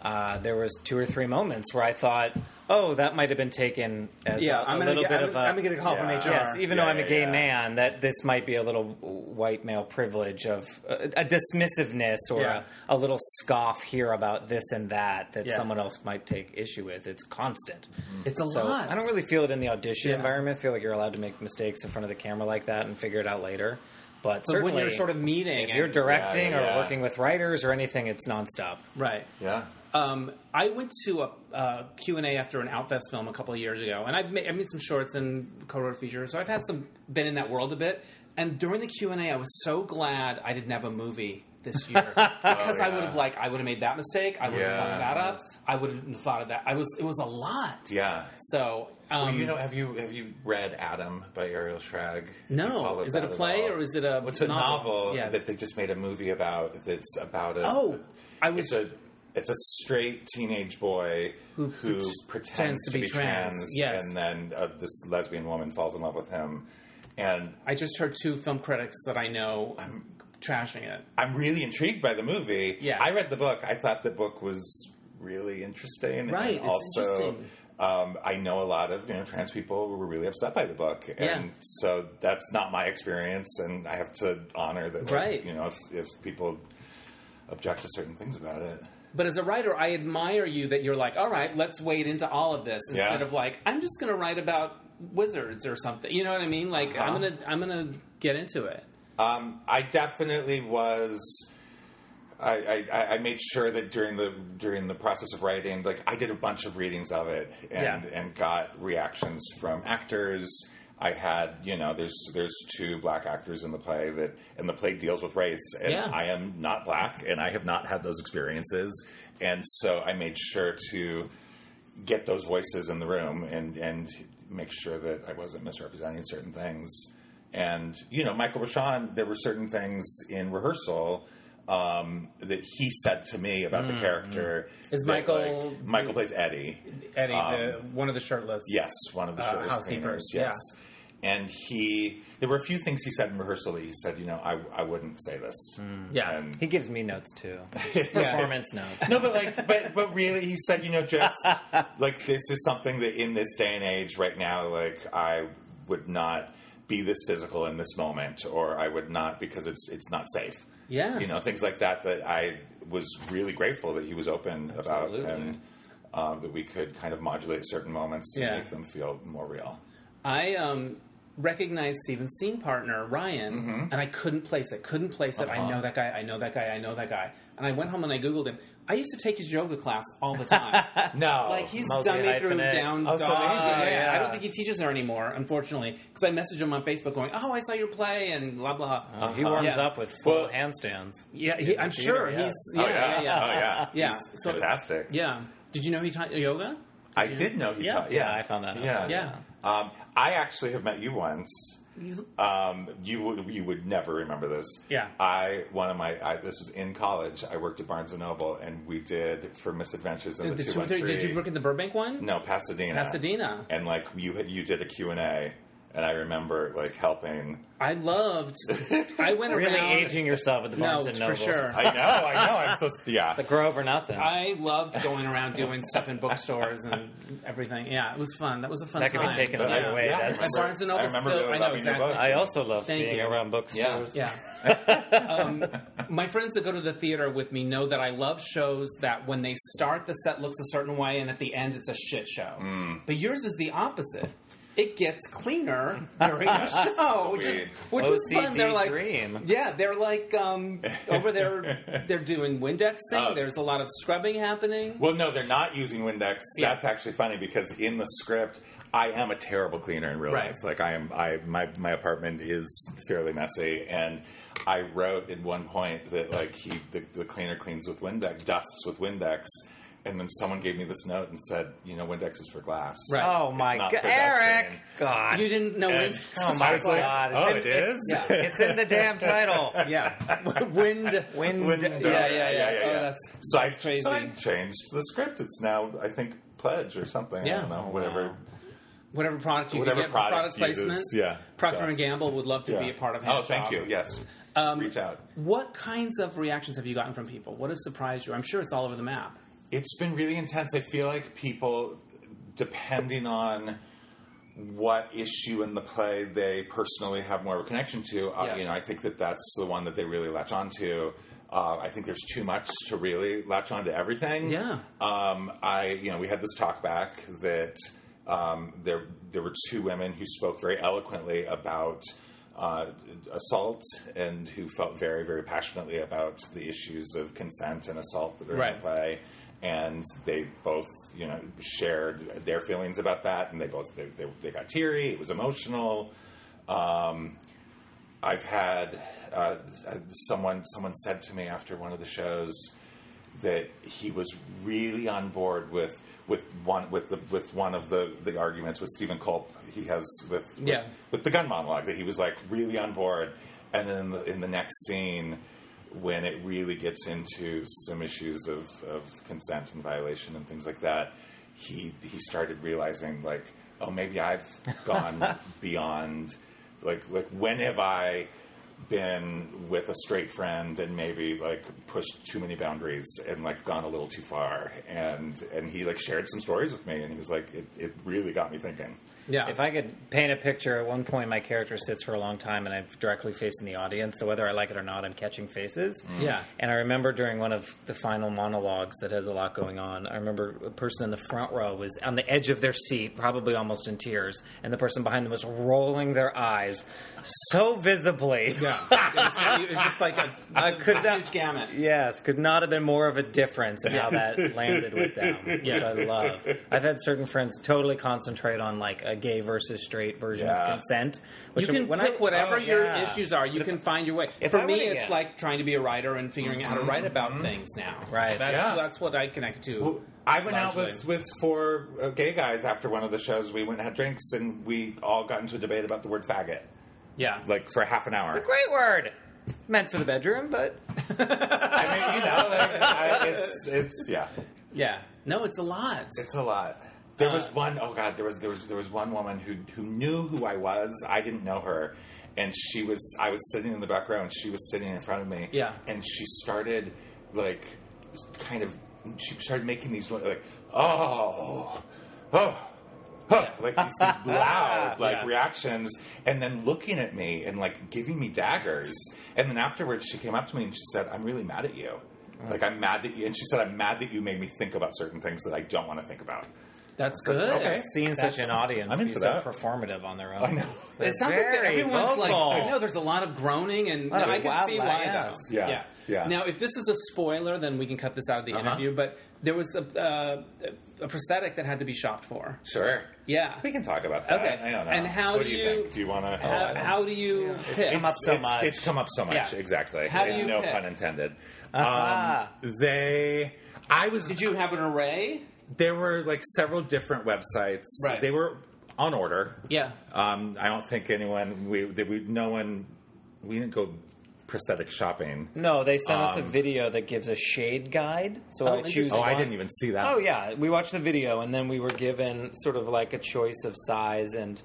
[SPEAKER 2] uh, there was two or three moments where I thought, "Oh, that might have been taken as
[SPEAKER 1] Yeah,
[SPEAKER 2] a,
[SPEAKER 1] I'm
[SPEAKER 2] a
[SPEAKER 1] gonna
[SPEAKER 2] little
[SPEAKER 1] get,
[SPEAKER 2] bit
[SPEAKER 1] I'm,
[SPEAKER 2] of a."
[SPEAKER 1] I'm gonna get a call
[SPEAKER 3] Yeah.
[SPEAKER 1] from HR.
[SPEAKER 2] Yes, even though
[SPEAKER 3] Yeah,
[SPEAKER 2] I'm a
[SPEAKER 3] yeah,
[SPEAKER 2] gay
[SPEAKER 3] yeah.
[SPEAKER 2] man, that this might be a little white male privilege of uh, a dismissiveness or
[SPEAKER 1] Yeah.
[SPEAKER 2] a, a little scoff here about this and that that
[SPEAKER 1] Yeah. Mm-hmm.
[SPEAKER 2] someone else might take issue with. It's constant.
[SPEAKER 1] it's a
[SPEAKER 2] So
[SPEAKER 1] lot.
[SPEAKER 2] I don't really feel it in the audition
[SPEAKER 1] Yeah.
[SPEAKER 2] environment. I feel like you're allowed to make mistakes in front of the camera like that and figure it out later. But,
[SPEAKER 1] but
[SPEAKER 2] certainly,
[SPEAKER 1] when you're sort of meeting,
[SPEAKER 2] if you're
[SPEAKER 1] and-
[SPEAKER 2] directing
[SPEAKER 3] Yeah, yeah, yeah.
[SPEAKER 2] or working with writers or anything, it's nonstop.
[SPEAKER 1] right?
[SPEAKER 3] Yeah.
[SPEAKER 1] Um, I went to a uh, Q and A after an Outfest film a couple of years ago, and I've made, I made some shorts and co-wrote a feature, so I've had some been in that world a bit. And during the Q and A, I was so glad I didn't have a movie this
[SPEAKER 3] [LAUGHS]
[SPEAKER 1] year because I
[SPEAKER 3] Oh, yeah.
[SPEAKER 1] would have like I would have made that mistake. I would have
[SPEAKER 3] Yeah.
[SPEAKER 1] thought that up. I would have thought of that. I was it was a lot.
[SPEAKER 3] Yeah.
[SPEAKER 1] So um,
[SPEAKER 3] you know, have you have you read Adam by Ariel Schrag? You
[SPEAKER 1] no,
[SPEAKER 3] followed
[SPEAKER 1] is it
[SPEAKER 3] that
[SPEAKER 1] a
[SPEAKER 3] at
[SPEAKER 1] play
[SPEAKER 3] all?
[SPEAKER 1] or is it a?
[SPEAKER 3] What's a novel,
[SPEAKER 1] Yeah.
[SPEAKER 3] that they just made a movie about? That's about a
[SPEAKER 1] Oh, I was-
[SPEAKER 3] It's a it's a straight teenage boy who,
[SPEAKER 1] pretends
[SPEAKER 3] pretends to be, trans,
[SPEAKER 1] yes.
[SPEAKER 3] and then uh, this lesbian woman falls in love with him. And
[SPEAKER 1] I just heard two film critics that I know trashing it.
[SPEAKER 3] I'm really intrigued by the movie.
[SPEAKER 1] Yeah.
[SPEAKER 3] I read the book. I thought the book was really interesting.
[SPEAKER 1] Right, it's
[SPEAKER 3] And also,
[SPEAKER 1] interesting.
[SPEAKER 3] Um, I know a lot of you know trans people were really upset by the book, and
[SPEAKER 1] Yeah.
[SPEAKER 3] so that's not my experience, and I have to honor that. like,
[SPEAKER 1] Right.
[SPEAKER 3] you know, if, if people object to certain things about it,
[SPEAKER 1] But as a writer, I admire you that you're like, all right, let's wade into all of this
[SPEAKER 3] Yeah.
[SPEAKER 1] instead of like, I'm just going to write about wizards or something. You know what I mean? Like, I'm
[SPEAKER 3] Uh-huh.
[SPEAKER 1] gonna, I'm gonna get into it.
[SPEAKER 3] Um, I definitely was. I, I- I, I made sure that during the during the process of writing, like I did a bunch of readings of it and
[SPEAKER 1] Yeah.
[SPEAKER 3] and got reactions from actors. I had you know there's there's two black actors in the play that and the play deals with race and
[SPEAKER 1] Yeah.
[SPEAKER 3] I am not black and I have not had those experiences and so I made sure to get those voices in the room and and make sure that I wasn't misrepresenting certain things. And you know, Michael Rashan, there were certain things in rehearsal um, that he said to me about the character.
[SPEAKER 1] Mm-hmm. Is
[SPEAKER 3] that,
[SPEAKER 1] Michael-
[SPEAKER 3] like, Michael plays Eddie?
[SPEAKER 1] Eddie, the,
[SPEAKER 3] Um,
[SPEAKER 1] one of the shirtless.
[SPEAKER 3] Yes, one of the
[SPEAKER 1] Uh,
[SPEAKER 3] shirtless
[SPEAKER 1] housekeepers,
[SPEAKER 3] cleaners, Yes. And he, there were a few things he said in rehearsal that he said, you know, I, I wouldn't say this.
[SPEAKER 1] Yeah.
[SPEAKER 3] And
[SPEAKER 2] He gives me notes
[SPEAKER 1] [LAUGHS]
[SPEAKER 2] too.
[SPEAKER 3] [LAUGHS]
[SPEAKER 2] Performance notes.
[SPEAKER 3] no, but like, but but really, he said, you know, just like this is something that in this day and age, right now, like I would not be this physical in this moment, or I would not because it's it's not safe.
[SPEAKER 1] Yeah.
[SPEAKER 3] you know, things like that. That I was really grateful that he was open
[SPEAKER 2] Absolutely.
[SPEAKER 3] about and. Um, that we could kind of modulate certain moments and
[SPEAKER 1] Yeah.
[SPEAKER 3] make them feel more real.
[SPEAKER 1] I um, recognized Steven's scene partner, Ryan, and I couldn't place it. Couldn't place it. I
[SPEAKER 3] Mm-hmm. Uh-huh.
[SPEAKER 1] know that guy. I know that guy. I know that guy. And I went home and I Googled him. I used to take his yoga class all the time.
[SPEAKER 3] [LAUGHS] No,
[SPEAKER 1] Like he's
[SPEAKER 2] Mostly
[SPEAKER 1] done me through
[SPEAKER 2] hyphenate.
[SPEAKER 1] down
[SPEAKER 2] Oh,
[SPEAKER 1] dog.
[SPEAKER 2] it's amazing.
[SPEAKER 1] Yeah,
[SPEAKER 2] Yeah.
[SPEAKER 1] I don't think he teaches her anymore, unfortunately, because I messaged him on Facebook going, "Oh, I saw your play," and blah blah.
[SPEAKER 2] Oh, He warms
[SPEAKER 1] Uh-huh. Yeah.
[SPEAKER 2] up with full
[SPEAKER 3] Well-
[SPEAKER 2] handstands.
[SPEAKER 1] yeah, he, I'm
[SPEAKER 2] theater,
[SPEAKER 1] sure
[SPEAKER 2] yeah.
[SPEAKER 1] he's. Yeah,
[SPEAKER 3] oh yeah,
[SPEAKER 1] yeah, yeah.
[SPEAKER 3] oh yeah,
[SPEAKER 1] Yeah.
[SPEAKER 3] He's
[SPEAKER 1] So-
[SPEAKER 3] fantastic.
[SPEAKER 1] Yeah. Did you know he taught yoga?
[SPEAKER 3] I did know he
[SPEAKER 2] Yeah.
[SPEAKER 3] taught. Yeah.
[SPEAKER 2] Yeah, I found that out.
[SPEAKER 3] Yeah,
[SPEAKER 1] Yeah.
[SPEAKER 3] Um, I actually have met you once. Um, you would you would never remember this.
[SPEAKER 1] Yeah.
[SPEAKER 3] I one of my I, this was in college. I worked at Barnes and Noble, and we did for Misadventures in the,
[SPEAKER 1] Did,
[SPEAKER 3] two one three.
[SPEAKER 1] did you work at the Burbank one?
[SPEAKER 3] No, Pasadena.
[SPEAKER 1] Pasadena.
[SPEAKER 3] And like you had- you did a Q and A, and I remember like helping.
[SPEAKER 1] I loved. I
[SPEAKER 3] [LAUGHS]
[SPEAKER 1] went
[SPEAKER 2] Really
[SPEAKER 1] around.
[SPEAKER 2] aging yourself at the
[SPEAKER 1] No,
[SPEAKER 2] Barnes and
[SPEAKER 1] for
[SPEAKER 2] Noble.
[SPEAKER 1] sure.
[SPEAKER 3] I know, I know. I'm so yeah.
[SPEAKER 2] The Grove or nothing.
[SPEAKER 1] I loved going around doing stuff in bookstores and everything. Yeah, it was fun. That was a fun
[SPEAKER 2] That could
[SPEAKER 1] time.
[SPEAKER 2] be taken
[SPEAKER 3] But I-
[SPEAKER 2] another way.
[SPEAKER 3] yeah, I
[SPEAKER 2] That's-
[SPEAKER 3] remember-
[SPEAKER 1] Barnes and Noble
[SPEAKER 3] I remember
[SPEAKER 1] still- I
[SPEAKER 3] really
[SPEAKER 1] know,
[SPEAKER 3] loving your
[SPEAKER 1] exactly.
[SPEAKER 3] book.
[SPEAKER 2] I also love
[SPEAKER 1] Thank
[SPEAKER 2] being
[SPEAKER 1] you.
[SPEAKER 2] around bookstores.
[SPEAKER 3] [LAUGHS]
[SPEAKER 1] Yeah. um, my friends that go to the theater with me know that I love shows that when they start, the set looks a certain way, and at the end, it's a shit show.
[SPEAKER 3] Mm.
[SPEAKER 1] But yours is the opposite. It gets
[SPEAKER 3] [LAUGHS]
[SPEAKER 1] cleaner during the show, which, is,
[SPEAKER 3] Weird.
[SPEAKER 1] which was fun.
[SPEAKER 2] OCD
[SPEAKER 1] They're like,
[SPEAKER 2] dream.
[SPEAKER 1] yeah, they're like um, over
[SPEAKER 3] [LAUGHS]
[SPEAKER 1] there. They're doing Windexing.
[SPEAKER 3] Oh.
[SPEAKER 1] There's a lot of scrubbing happening.
[SPEAKER 3] Well, no, they're not using Windex.
[SPEAKER 1] Yeah.
[SPEAKER 3] That's actually funny because in the script, I am a terrible cleaner in real
[SPEAKER 1] Right.
[SPEAKER 3] life. Like I am, I my my apartment is fairly messy, and I wrote at one point that like he the, the cleaner cleans with Windex, dusts with Windex. and then someone gave me this note and said, you know, Windex is for glass.
[SPEAKER 1] Right.
[SPEAKER 2] Oh
[SPEAKER 3] It's
[SPEAKER 2] my
[SPEAKER 3] not
[SPEAKER 2] god,
[SPEAKER 3] for
[SPEAKER 2] Eric!
[SPEAKER 3] Dustin.
[SPEAKER 2] God,
[SPEAKER 1] You didn't know
[SPEAKER 3] And
[SPEAKER 1] wind.
[SPEAKER 2] Oh
[SPEAKER 3] so
[SPEAKER 2] my
[SPEAKER 3] I was like,
[SPEAKER 2] God.
[SPEAKER 3] oh,
[SPEAKER 2] It's
[SPEAKER 3] it
[SPEAKER 2] in-
[SPEAKER 3] is. [LAUGHS]
[SPEAKER 1] yeah.
[SPEAKER 2] it's in the
[SPEAKER 1] [LAUGHS]
[SPEAKER 2] damn title.
[SPEAKER 1] Yeah, wind.
[SPEAKER 2] Wind.
[SPEAKER 3] Wind-
[SPEAKER 1] yeah, yeah, yeah. Oh, that's-
[SPEAKER 3] so I,
[SPEAKER 1] crazy.
[SPEAKER 3] so I changed the script. It's now, I think, pledge or something. I
[SPEAKER 1] Yeah.
[SPEAKER 3] don't know, whatever,
[SPEAKER 1] Whatever product you
[SPEAKER 3] whatever
[SPEAKER 1] can get, product,
[SPEAKER 3] product, uses-
[SPEAKER 1] placement.
[SPEAKER 3] Yeah,
[SPEAKER 1] Procter
[SPEAKER 3] does.
[SPEAKER 1] and Gamble would love to
[SPEAKER 3] Yeah.
[SPEAKER 1] be a part of.
[SPEAKER 3] Oh,
[SPEAKER 1] Hand
[SPEAKER 3] thank
[SPEAKER 1] Job.
[SPEAKER 3] you. Yes, reach out.
[SPEAKER 1] What kinds of reactions have you gotten from people? What has surprised you? I'm sure it's all over the map.
[SPEAKER 3] it's been really intense. I feel like people, depending on what issue in the play they personally have more of a connection to, uh,
[SPEAKER 1] Yeah.
[SPEAKER 3] you know, I think that that's the one that they really latch onto. Uh, I think there's too much to really latch onto everything.
[SPEAKER 1] Yeah.
[SPEAKER 3] Um, I, you know, we had this talk back that um, there there were two women who spoke very eloquently about uh, assault and who felt very very passionately about the issues of consent and assault that are in
[SPEAKER 1] Right.
[SPEAKER 3] the play, and they both you know shared their feelings about that, and they both they, they, they got teary. It was emotional. I've had uh, someone someone said to me after one of the shows that he was really on board with with one with the with one of the the arguments with Stephen Culp he has with with,
[SPEAKER 1] Yeah.
[SPEAKER 3] with the gun monologue that he was like really on board, and then in the, in the next scene. When it really gets into some issues of, of consent and violation and things like that, he he started realizing like, oh, maybe I've gone beyond like like when have I been with a straight friend and maybe like pushed too many boundaries and like gone a little too far and and he like shared some stories with me and he was like it, it really got me thinking
[SPEAKER 1] Yeah.
[SPEAKER 2] If I could paint a picture, at one point my character sits for a long time and I'm directly facing the audience, so whether I like it or not, I'm catching faces.
[SPEAKER 1] Yeah.
[SPEAKER 2] And I remember during one of the final monologues that has a lot going on, I remember a person in the front row was on the edge of their seat, probably almost in tears, and the person behind them was rolling their eyes so visibly.
[SPEAKER 1] [LAUGHS] yeah, it was, it was just like a,
[SPEAKER 2] I
[SPEAKER 1] a
[SPEAKER 2] could
[SPEAKER 1] huge
[SPEAKER 2] not-
[SPEAKER 1] gamut.
[SPEAKER 2] Yes, could not have been more of a difference in how that landed with them, which I love. I've had certain friends totally concentrate on like a gay versus straight version
[SPEAKER 3] Yeah.
[SPEAKER 2] of consent.
[SPEAKER 1] You
[SPEAKER 2] Which
[SPEAKER 1] can
[SPEAKER 2] when
[SPEAKER 1] pick
[SPEAKER 2] I,
[SPEAKER 1] whatever
[SPEAKER 2] Oh,
[SPEAKER 1] your
[SPEAKER 2] yeah.
[SPEAKER 1] issues are. You can find your way.
[SPEAKER 2] if
[SPEAKER 1] For
[SPEAKER 2] I
[SPEAKER 1] me,
[SPEAKER 2] would've-
[SPEAKER 1] it's
[SPEAKER 2] yeah.
[SPEAKER 1] like trying to be a writer and figuring out how to write about things now.
[SPEAKER 2] Right.
[SPEAKER 1] That's,
[SPEAKER 3] Yeah.
[SPEAKER 1] that's what I connect to.
[SPEAKER 3] Well, I went out
[SPEAKER 1] largely.
[SPEAKER 3] with, with four uh, gay guys after one of the shows. We went and had drinks, and we all got into a debate about the word faggot,
[SPEAKER 1] yeah.
[SPEAKER 3] like for half an hour.
[SPEAKER 2] It's a great word. Meant for the bedroom, but
[SPEAKER 3] [LAUGHS] I mean, you know, like, I, it's it's yeah.
[SPEAKER 1] yeah. No, it's a lot.
[SPEAKER 3] It's a lot. There was one oh god, there was there was there was one woman who who knew who I was. I didn't know her, and she was I was sitting in the back row, and she was sitting in front of me.
[SPEAKER 1] Yeah.
[SPEAKER 3] and she started like kind of she started making these noises like oh oh. Huh, like these, these [LAUGHS] loud like
[SPEAKER 1] Yeah.
[SPEAKER 3] reactions and then looking at me and like giving me daggers and then afterwards she came up to me and she said i'm really mad at you like i'm mad that you and she said i'm mad that you made me think about certain things that i don't want to think about
[SPEAKER 1] that's good.
[SPEAKER 3] okay.
[SPEAKER 2] seeing such an audience
[SPEAKER 3] I'm
[SPEAKER 2] be so
[SPEAKER 3] into that.
[SPEAKER 2] performative on their own.
[SPEAKER 3] i know
[SPEAKER 1] It sounds like that
[SPEAKER 2] Very
[SPEAKER 1] everyone's like,
[SPEAKER 2] vocal.
[SPEAKER 1] I know there's a lot of groaning, and
[SPEAKER 2] lot of
[SPEAKER 1] I can
[SPEAKER 2] wild
[SPEAKER 1] see why.
[SPEAKER 2] laugh.
[SPEAKER 1] though.
[SPEAKER 3] Yeah, yeah.
[SPEAKER 1] Now, if this is a spoiler, then we can cut this out of
[SPEAKER 2] Uh-huh.
[SPEAKER 1] the interview. But there was a, uh, a prosthetic that had to be shopped for.
[SPEAKER 3] sure
[SPEAKER 1] Yeah.
[SPEAKER 3] we can talk about that
[SPEAKER 1] Okay.
[SPEAKER 3] i don't know
[SPEAKER 1] And how
[SPEAKER 3] what
[SPEAKER 1] do
[SPEAKER 3] do you,
[SPEAKER 1] you-
[SPEAKER 3] think do you want to
[SPEAKER 1] How, how do you pick?
[SPEAKER 2] Come up so
[SPEAKER 3] it's,
[SPEAKER 2] much.
[SPEAKER 3] It's come up so much.
[SPEAKER 1] Yeah.
[SPEAKER 3] Exactly.
[SPEAKER 1] How do you
[SPEAKER 3] no
[SPEAKER 1] pick? Uh-huh.
[SPEAKER 3] pun intended.
[SPEAKER 2] Aha.
[SPEAKER 3] Um, they. I was.
[SPEAKER 1] Did you have an array?
[SPEAKER 3] There were like several different websites.
[SPEAKER 1] Right.
[SPEAKER 3] They were on order.
[SPEAKER 1] Yeah.
[SPEAKER 3] Um, I don't think anyone. We. That we. No one. We didn't go prosthetic shopping.
[SPEAKER 2] No, they sent us a
[SPEAKER 3] Um,
[SPEAKER 2] video that gives a shade guide. So I choose.
[SPEAKER 3] Oh, I
[SPEAKER 2] one.
[SPEAKER 3] didn't even see that.
[SPEAKER 2] Oh yeah, we watched the video and then we were given sort of like a choice of size and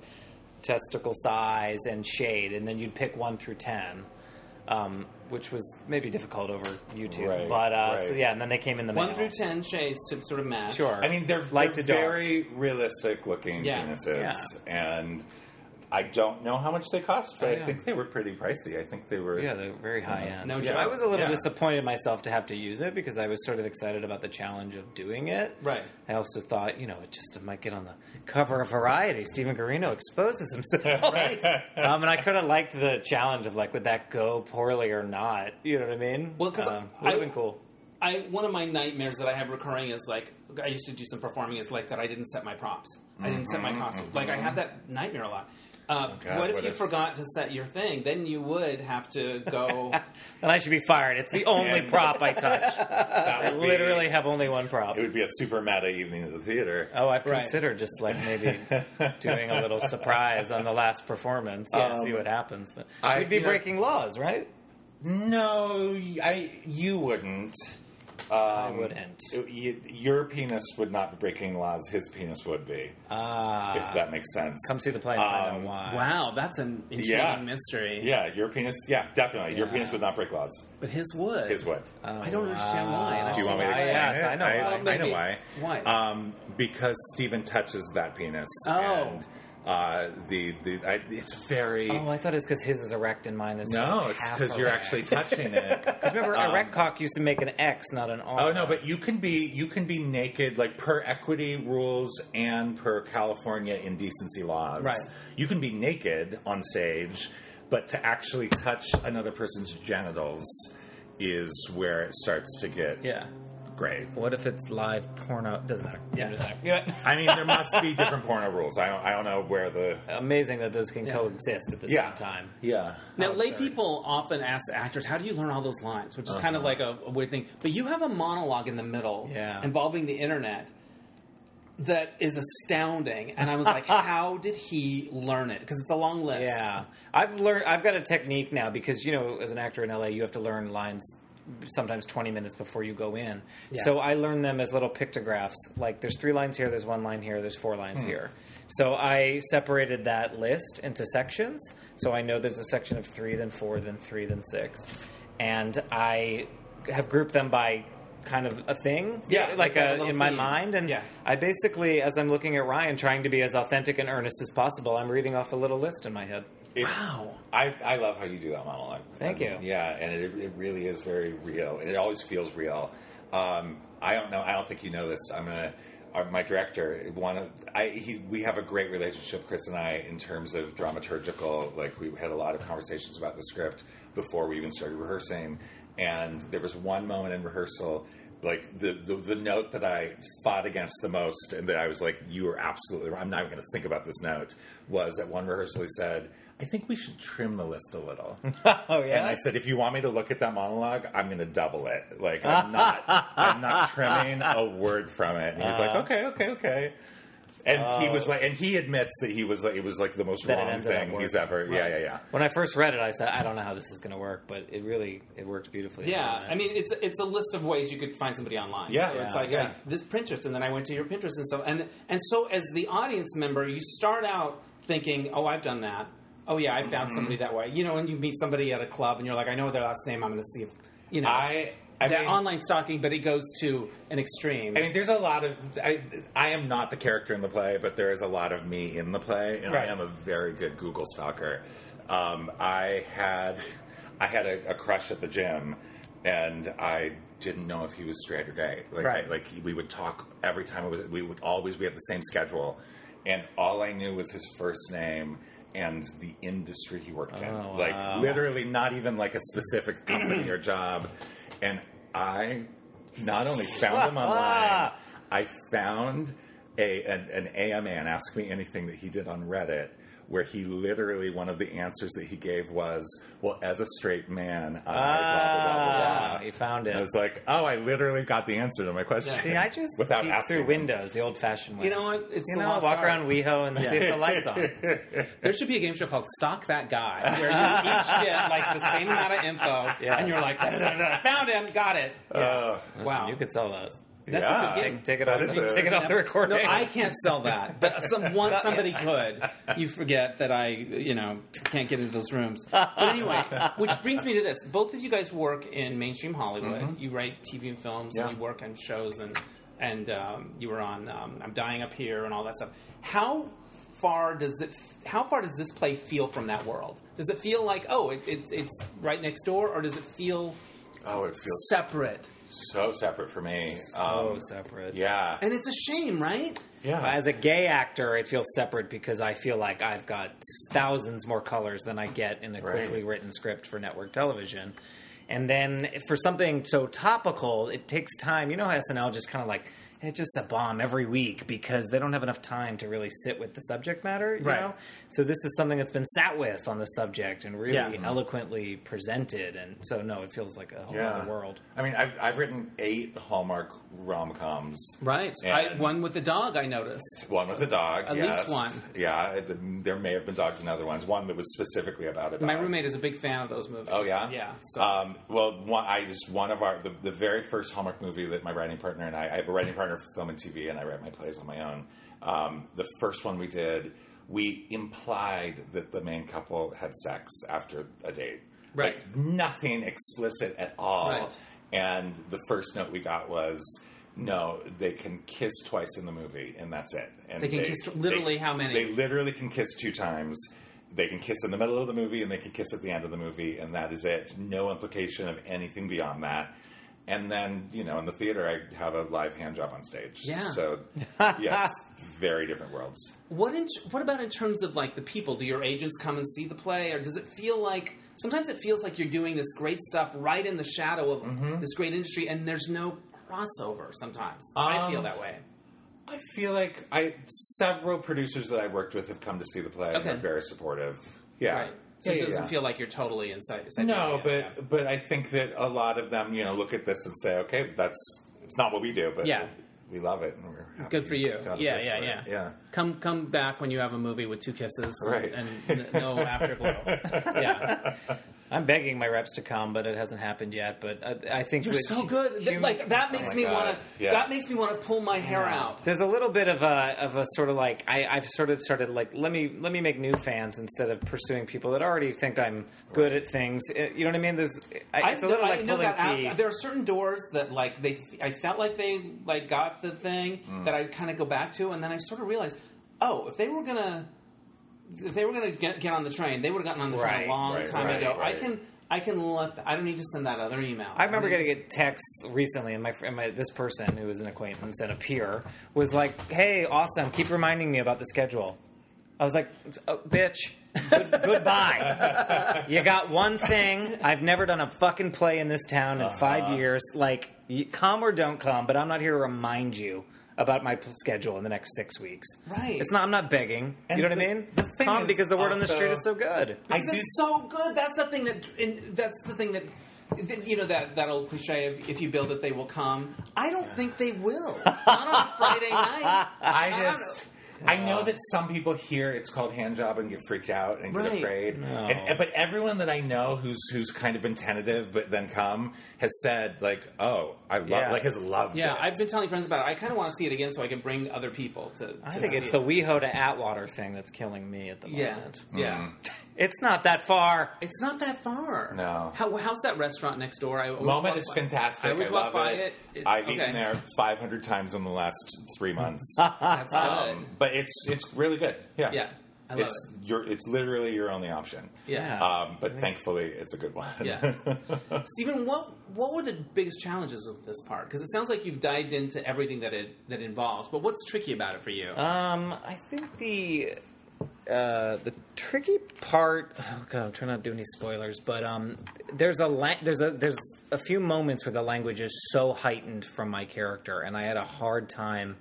[SPEAKER 2] testicle size and shade, and then you'd pick one through ten, um, which was maybe difficult over YouTube.
[SPEAKER 3] Right,
[SPEAKER 2] but uh, so
[SPEAKER 3] right.
[SPEAKER 2] yeah, and then they came in the
[SPEAKER 1] One
[SPEAKER 2] mail.
[SPEAKER 1] through ten shades to sort of match.
[SPEAKER 2] Sure.
[SPEAKER 3] I mean, they're
[SPEAKER 2] Light
[SPEAKER 3] like
[SPEAKER 2] to dark.
[SPEAKER 3] very realistic looking
[SPEAKER 1] Yeah.
[SPEAKER 3] penises, and I don't know how much they cost, but
[SPEAKER 2] Oh,
[SPEAKER 3] I,
[SPEAKER 2] yeah.
[SPEAKER 3] think they were pretty pricey. I think they were. [LAUGHS]
[SPEAKER 2] Yeah, they're very high end.
[SPEAKER 1] Uh-huh. No
[SPEAKER 2] Yeah.
[SPEAKER 1] joke.
[SPEAKER 2] I was a little
[SPEAKER 3] Yeah.
[SPEAKER 2] disappointed in myself to have to use it because I was sort of excited about the challenge of doing it.
[SPEAKER 1] Right.
[SPEAKER 2] I also thought, you know, it just might get on the cover of Variety. Stephen Garino exposes
[SPEAKER 1] [LAUGHS]
[SPEAKER 2] himself.
[SPEAKER 1] Right.
[SPEAKER 2] um, and I kind of liked the challenge of like, would that go poorly or not? You know what I mean?
[SPEAKER 1] Well, 'cause
[SPEAKER 2] um,
[SPEAKER 1] I-
[SPEAKER 2] would have been cool.
[SPEAKER 1] I one of my nightmares that I have recurring is like I
[SPEAKER 3] Mm-hmm,
[SPEAKER 1] used to do some performing is like that I didn't set my props. I didn't set my costume. Like I have that nightmare a lot. Uh,
[SPEAKER 3] Oh, God,
[SPEAKER 1] what if
[SPEAKER 3] what
[SPEAKER 1] you
[SPEAKER 3] if-
[SPEAKER 1] forgot to set your thing? Then you would have to
[SPEAKER 3] [LAUGHS]
[SPEAKER 1] go.
[SPEAKER 2] And I should be fired. It's the [LAUGHS] only
[SPEAKER 3] Yeah.
[SPEAKER 2] prop I touch. I literally have only one prop.
[SPEAKER 3] It would be a super meta evening at the theater.
[SPEAKER 2] Oh, I've
[SPEAKER 1] Right.
[SPEAKER 2] considered just like [LAUGHS] maybe doing a little surprise on the last performance and see what happens. But
[SPEAKER 3] I-
[SPEAKER 2] we'd be
[SPEAKER 3] yeah.
[SPEAKER 2] breaking laws, right?
[SPEAKER 3] No, y- I you wouldn't. Um, I
[SPEAKER 2] wouldn't.
[SPEAKER 3] your penis would not be breaking laws. His penis would be,
[SPEAKER 2] Ah,
[SPEAKER 3] if that makes sense.
[SPEAKER 2] come see the play and find
[SPEAKER 3] Um,
[SPEAKER 2] out why.
[SPEAKER 1] wow, that's an intriguing
[SPEAKER 3] Yeah.
[SPEAKER 1] mystery.
[SPEAKER 3] Yeah, your penis. Yeah, definitely. Your
[SPEAKER 2] Yeah.
[SPEAKER 3] penis would not break laws.
[SPEAKER 1] But his would.
[SPEAKER 3] His would.
[SPEAKER 1] I don't understand why. and I
[SPEAKER 3] Do you
[SPEAKER 1] just-
[SPEAKER 3] want me to
[SPEAKER 2] I-
[SPEAKER 3] explain
[SPEAKER 2] yes,
[SPEAKER 3] it?
[SPEAKER 2] I know why.
[SPEAKER 3] I, know
[SPEAKER 1] Maybe.
[SPEAKER 3] why.
[SPEAKER 1] Why?
[SPEAKER 3] Um, because Steven touches that penis.
[SPEAKER 1] Oh.
[SPEAKER 3] And, uh, the the I, it's very.
[SPEAKER 2] Oh, I thought it's because his is erect and mine is
[SPEAKER 3] no,
[SPEAKER 2] like
[SPEAKER 3] it's
[SPEAKER 2] half
[SPEAKER 3] because you're
[SPEAKER 2] erect.
[SPEAKER 3] actually touching it.
[SPEAKER 2] Remember, erect cock used to make an X, not an R.
[SPEAKER 3] Oh no, but you can be you can be naked like per equity rules and per California indecency laws.
[SPEAKER 2] Right.
[SPEAKER 3] You can be naked on stage, but to actually touch another person's genitals is where it starts to get
[SPEAKER 2] yeah.
[SPEAKER 3] gray.
[SPEAKER 2] What if it's live porno? Doesn't matter. Yeah.
[SPEAKER 3] I mean, there must be different porno rules. I don't I don't know where the
[SPEAKER 2] Amazing that those can coexist at the
[SPEAKER 3] yeah
[SPEAKER 2] same time.
[SPEAKER 3] Yeah.
[SPEAKER 1] Now, lay people often ask actors, "How do you learn all those lines?" Which is kind of
[SPEAKER 3] Uh-huh.
[SPEAKER 1] like a, a weird thing. But you have a monologue in the middle
[SPEAKER 2] Yeah.
[SPEAKER 1] involving the internet that is astounding, and I was
[SPEAKER 3] [LAUGHS]
[SPEAKER 1] like, "How did he learn it?" Because it's a long list.
[SPEAKER 2] Yeah, I've learned. I've got a technique now because you know, as an actor in LA, you have to learn lines sometimes 20 minutes before you go in. So I learn them as little pictographs. Like there's three lines here, there's one line here, there's four lines
[SPEAKER 1] Hmm.
[SPEAKER 2] here. So I separated that list into sections. So I know there's a section of three, then four, then three, then six, and I have grouped them by kind of a thing
[SPEAKER 1] Yeah,
[SPEAKER 2] like,
[SPEAKER 1] like a
[SPEAKER 2] a,
[SPEAKER 1] little
[SPEAKER 2] in my
[SPEAKER 1] theme.
[SPEAKER 2] mind and
[SPEAKER 1] Yeah.
[SPEAKER 2] I basically, as I'm looking at Ryan, trying to be as authentic and earnest as possible, I'm reading off a little list in my head.
[SPEAKER 3] It-
[SPEAKER 1] Wow.
[SPEAKER 3] I, I love how you do that monologue.
[SPEAKER 2] Thank you.
[SPEAKER 3] Yeah, and it, it really is very real. It always feels real. Um, I don't know. I don't think you know this. I'm gonna. Our, my director, one of I, he, we have a great relationship, Chris and I, in terms of dramaturgical. Like we had a lot of conversations about the script before we even started rehearsing, and there was one moment in rehearsal. Like the, the the note that I fought against the most, and that I was like, "You are absolutely wrong. I'm not even going to think about this note." Was at one rehearsal he said, "I think we should trim the list a little."
[SPEAKER 2] Oh
[SPEAKER 3] And I said, if you want me to look at that monologue, I'm going to double it. Like I'm not,
[SPEAKER 2] [LAUGHS]
[SPEAKER 3] I'm not trimming a word from it. And he was
[SPEAKER 2] Uh.
[SPEAKER 3] like, okay, okay, okay. And he was like, and he admits that he was like, it was like the most
[SPEAKER 2] Oh. That it
[SPEAKER 3] wrong
[SPEAKER 2] ended up
[SPEAKER 3] thing he's
[SPEAKER 2] working.
[SPEAKER 3] ever. Yeah, yeah, yeah.
[SPEAKER 2] when I first read it, I said, I don't know how this is going to work, but it really it worked beautifully.
[SPEAKER 1] Yeah, I mean it's it's a list of ways you could find somebody online. so
[SPEAKER 3] Yeah.
[SPEAKER 1] it's
[SPEAKER 3] Yeah.
[SPEAKER 1] like,
[SPEAKER 3] Yeah.
[SPEAKER 1] like, this Pinterest, and then I went to your Pinterest and so and and so as the audience member, you start out thinking, oh, I've done that. Oh yeah, I found
[SPEAKER 2] Mm-hmm.
[SPEAKER 1] somebody that way. You know, and you meet somebody at a club, and you're like, I know their last name. I'm going to see if you know
[SPEAKER 3] I, I
[SPEAKER 1] that
[SPEAKER 3] mean,
[SPEAKER 1] online stalking, but it goes to an extreme.
[SPEAKER 3] I mean, there's a lot of. I, I am not the character in the play, but there is a lot of me in the play, and
[SPEAKER 2] Right.
[SPEAKER 3] I am a very good Google stalker. Um, I had, I had a, a crush at the gym, and I didn't know if he was straight or gay. Like,
[SPEAKER 2] Right.
[SPEAKER 3] I- like we would talk every time. It was, we would always be at the same schedule, and all I knew was his first name. And the industry he worked in,
[SPEAKER 2] Oh,
[SPEAKER 3] like
[SPEAKER 2] wow.
[SPEAKER 3] literally, not even like a specific company or job. And I not only
[SPEAKER 2] [LAUGHS]
[SPEAKER 3] found
[SPEAKER 2] Ah,
[SPEAKER 3] him online, I found a an, an AMA and Ask Me Anything that he did on Reddit, where he literally one of the answers that he gave was, "Well, as a straight man, I blah blah blah blah."
[SPEAKER 2] ah,
[SPEAKER 3] blah.
[SPEAKER 2] you found it.
[SPEAKER 3] And I was like, "Oh, I literally got the answer to my question."
[SPEAKER 2] See, I just
[SPEAKER 3] [LAUGHS] without
[SPEAKER 2] peek
[SPEAKER 3] asking
[SPEAKER 2] through
[SPEAKER 3] him.
[SPEAKER 2] windows, the old-fashioned way.
[SPEAKER 1] you know what? It's
[SPEAKER 2] You
[SPEAKER 1] the
[SPEAKER 2] know,
[SPEAKER 1] lost
[SPEAKER 2] walk
[SPEAKER 1] art.
[SPEAKER 2] around WeHo and see if the
[SPEAKER 1] [LAUGHS]
[SPEAKER 2] lights on.
[SPEAKER 1] There should be a game show called Stalk That Guy,
[SPEAKER 2] [LAUGHS]
[SPEAKER 1] where you each get like the same amount of info,
[SPEAKER 2] Yeah.
[SPEAKER 1] and you're like, "Da-da-da-da-da, found him, got it.
[SPEAKER 3] Uh,
[SPEAKER 1] Wow,
[SPEAKER 2] You could sell that.
[SPEAKER 3] Um,
[SPEAKER 1] That's a good
[SPEAKER 3] yeah.
[SPEAKER 1] game.
[SPEAKER 2] Take, take it
[SPEAKER 3] That
[SPEAKER 2] off.
[SPEAKER 3] is a-
[SPEAKER 2] Take it off the
[SPEAKER 1] No,
[SPEAKER 2] recording.
[SPEAKER 1] I can't sell that. But some, once somebody could, you forget that I, you know, can't get into those rooms. But anyway, which brings me to this: both of you guys work in mainstream Hollywood. You write TV and films,
[SPEAKER 3] Yeah.
[SPEAKER 1] and you work on shows, and and um, you were on um, "I'm Dying Up Here" and all that stuff. How far does it? How far does this play feel from that world? Does it feel like oh, it, it's it's right next door, or does it feel
[SPEAKER 3] oh, it feels
[SPEAKER 1] separate?
[SPEAKER 3] so separate for me.
[SPEAKER 2] oh,
[SPEAKER 3] um,
[SPEAKER 2] separate.
[SPEAKER 3] yeah,
[SPEAKER 1] And it's a shame, right?
[SPEAKER 3] yeah.
[SPEAKER 2] As a gay actor, it feels separate because I feel like I've got thousands more colors than I get in a
[SPEAKER 3] Right.
[SPEAKER 2] quickly written script for network television. And then for something so topical, it takes time. You know how SNL just kind of like it's just a bomb every week because they don't have enough time to really sit with the subject matter, you
[SPEAKER 1] Right.
[SPEAKER 2] know? So this is something that's been sat with on the subject and really
[SPEAKER 1] Yeah. Mhm.
[SPEAKER 2] eloquently presented. And so, no, it feels like a whole other world.
[SPEAKER 3] I mean, I've, I've written eight Hallmark rom coms.
[SPEAKER 1] Right. I,
[SPEAKER 3] And-
[SPEAKER 1] one with the dog, I noticed.
[SPEAKER 3] One with a dog.
[SPEAKER 1] At
[SPEAKER 3] yes.
[SPEAKER 1] least one.
[SPEAKER 3] Yeah, it- there may have been dogs in other ones. One that was specifically about a dog.
[SPEAKER 1] My roommate is a big fan of those movies.
[SPEAKER 3] Oh yeah,
[SPEAKER 1] Yeah. So
[SPEAKER 3] Um, well, one, I just one of our the, the very first Hallmark movie that my writing partner and I I have a writing partner for film and TV, and I write my plays on my own. Um, the first one we did, we implied that the main couple had sex after a date.
[SPEAKER 1] Right.
[SPEAKER 3] Like, nothing explicit at all.
[SPEAKER 1] Right.
[SPEAKER 3] And the first note we got was. No, they can kiss twice in the movie, and that's it. And
[SPEAKER 1] They can kiss tw- literally how many?
[SPEAKER 3] They literally can kiss two times. They can kiss in the middle of the movie and they can kiss at the end of the movie, and that is it. No implication of anything beyond that. And then, you know, in the theater, I have a live hand job on stage.
[SPEAKER 1] Yeah. [LAUGHS]
[SPEAKER 3] So, yeah, it's very different worlds.
[SPEAKER 1] what in, what about in terms of like the people? Do your agents come and see the play, or does it feel like sometimes it feels like you're doing this great stuff right in the shadow of
[SPEAKER 3] Mm-hmm.
[SPEAKER 1] this great industry, and there's no crossover? Sometimes I feel
[SPEAKER 3] Um,
[SPEAKER 1] that way.
[SPEAKER 3] I feel like I several producers that I worked with have come to see the play and
[SPEAKER 1] Okay.
[SPEAKER 3] are very supportive. Yeah.
[SPEAKER 1] Right. So
[SPEAKER 3] Yeah,
[SPEAKER 1] it
[SPEAKER 3] yeah,
[SPEAKER 1] doesn't
[SPEAKER 3] yeah.
[SPEAKER 1] feel like you're totally inside.
[SPEAKER 3] No, but but I think that a lot of them, you know, look at this and say, okay, that's it's not what we do, but
[SPEAKER 1] Yeah.
[SPEAKER 3] we love it and we're happy
[SPEAKER 1] Good for you.
[SPEAKER 3] got a
[SPEAKER 1] Yeah,
[SPEAKER 3] place
[SPEAKER 1] yeah,
[SPEAKER 3] for it.
[SPEAKER 1] yeah.
[SPEAKER 3] yeah.
[SPEAKER 1] Come come back when you have a movie with two kisses and-
[SPEAKER 3] Right.
[SPEAKER 1] and, n- no afterglow.
[SPEAKER 3] [LAUGHS]
[SPEAKER 1] yeah,
[SPEAKER 2] I'm begging my reps to come, but it hasn't happened yet. But I, I think
[SPEAKER 1] you're
[SPEAKER 2] with
[SPEAKER 1] so good. Th-
[SPEAKER 2] human- Oh
[SPEAKER 1] like that makes
[SPEAKER 3] Oh my
[SPEAKER 1] me
[SPEAKER 3] God.
[SPEAKER 1] want to.
[SPEAKER 3] Yeah.
[SPEAKER 1] That makes me want to pull my hair out.
[SPEAKER 2] There's a little bit of a of a sort of like I, I've sort of started like let me let me make new fans instead of pursuing people that already think I'm good at things. Uh, You know what I mean? There's I, it's a little
[SPEAKER 1] I
[SPEAKER 2] like
[SPEAKER 1] know
[SPEAKER 2] pulling
[SPEAKER 1] that out-
[SPEAKER 2] teeth.
[SPEAKER 1] there are certain doors that like they I felt like they like got the thing that I kind of go back to, and then I sort of realized, oh, if they were gonna if they were gonna get, get on the train, they would have gotten on the train
[SPEAKER 2] Right,
[SPEAKER 1] a long
[SPEAKER 3] right,
[SPEAKER 1] time
[SPEAKER 3] right,
[SPEAKER 1] ago. I
[SPEAKER 3] right.
[SPEAKER 1] can I can let th- I don't need to send that other email.
[SPEAKER 2] I remember
[SPEAKER 1] don't
[SPEAKER 2] getting
[SPEAKER 1] need
[SPEAKER 2] a text recently, and my, fr- and my this person who was an acquaintance and a peer was like, "Hey, awesome! Keep reminding me about the schedule." I was like, oh, "Bitch, good, [LAUGHS] goodbye! You got one thing. I've never done a fucking play in this town
[SPEAKER 3] Uh-huh.
[SPEAKER 2] in five years. Like, you, come or don't come, but I'm not here to remind you." About my p- schedule in the next six weeks.
[SPEAKER 1] Right.
[SPEAKER 2] It's not. I'm not begging.
[SPEAKER 3] And
[SPEAKER 2] you know what I
[SPEAKER 3] the-
[SPEAKER 2] mean?
[SPEAKER 3] the thing
[SPEAKER 2] Come
[SPEAKER 3] is
[SPEAKER 2] because the word on the
[SPEAKER 3] also-
[SPEAKER 2] street is so good.
[SPEAKER 3] I
[SPEAKER 1] Because
[SPEAKER 3] do-
[SPEAKER 1] it's so good. That's the thing that. And that's the thing that. that- You know that, that old cliche of if you build it, they will come. I don't think they
[SPEAKER 2] [LAUGHS]
[SPEAKER 1] will. Not on a Friday night.
[SPEAKER 3] I
[SPEAKER 1] don't
[SPEAKER 3] just. I know that some people hear it's called hand job and get freaked out and
[SPEAKER 1] Right.
[SPEAKER 3] get afraid. And, but everyone that I know who's who's kind of been tentative but then come has said like, "Oh, I love
[SPEAKER 2] Yeah.
[SPEAKER 3] like has loved
[SPEAKER 1] Yeah,
[SPEAKER 3] it."
[SPEAKER 1] I've been telling friends about it. I kind of want to see it again so I can bring other people to. to
[SPEAKER 2] I think
[SPEAKER 1] see
[SPEAKER 2] it's
[SPEAKER 1] it.
[SPEAKER 2] the WeHo to Atwater thing that's killing me at the
[SPEAKER 1] yeah,
[SPEAKER 2] moment.
[SPEAKER 3] Mm.
[SPEAKER 1] yeah.
[SPEAKER 2] It's not that far.
[SPEAKER 1] It's not that far.
[SPEAKER 3] No.
[SPEAKER 1] How, how's that restaurant next door? I always
[SPEAKER 3] Moment
[SPEAKER 1] walk
[SPEAKER 3] is
[SPEAKER 1] by-
[SPEAKER 3] fantastic.
[SPEAKER 1] I always walk
[SPEAKER 3] love
[SPEAKER 1] by
[SPEAKER 3] it.
[SPEAKER 1] it.
[SPEAKER 3] I've
[SPEAKER 1] okay.
[SPEAKER 3] eaten there 500 times in the last
[SPEAKER 1] [LAUGHS]
[SPEAKER 3] three months.
[SPEAKER 2] [LAUGHS]
[SPEAKER 1] That's
[SPEAKER 3] Um,
[SPEAKER 1] good.
[SPEAKER 3] but it's it's really good. Yeah,
[SPEAKER 1] Oh. Yeah, I love
[SPEAKER 3] it's your it's literally your only option.
[SPEAKER 1] Yeah.
[SPEAKER 3] Um, but thankfully, it's a good one.
[SPEAKER 1] Yeah. Stephen, what what were the biggest challenges of this part? Because it sounds like you've dived into everything that it that involves. But what's tricky about it for you?
[SPEAKER 2] Um, I think the uh, the tricky part. Oh god, I'm trying not to do any spoilers, but um, there's a la- there's a there's a few moments where the language is so heightened from my character, and I had a hard time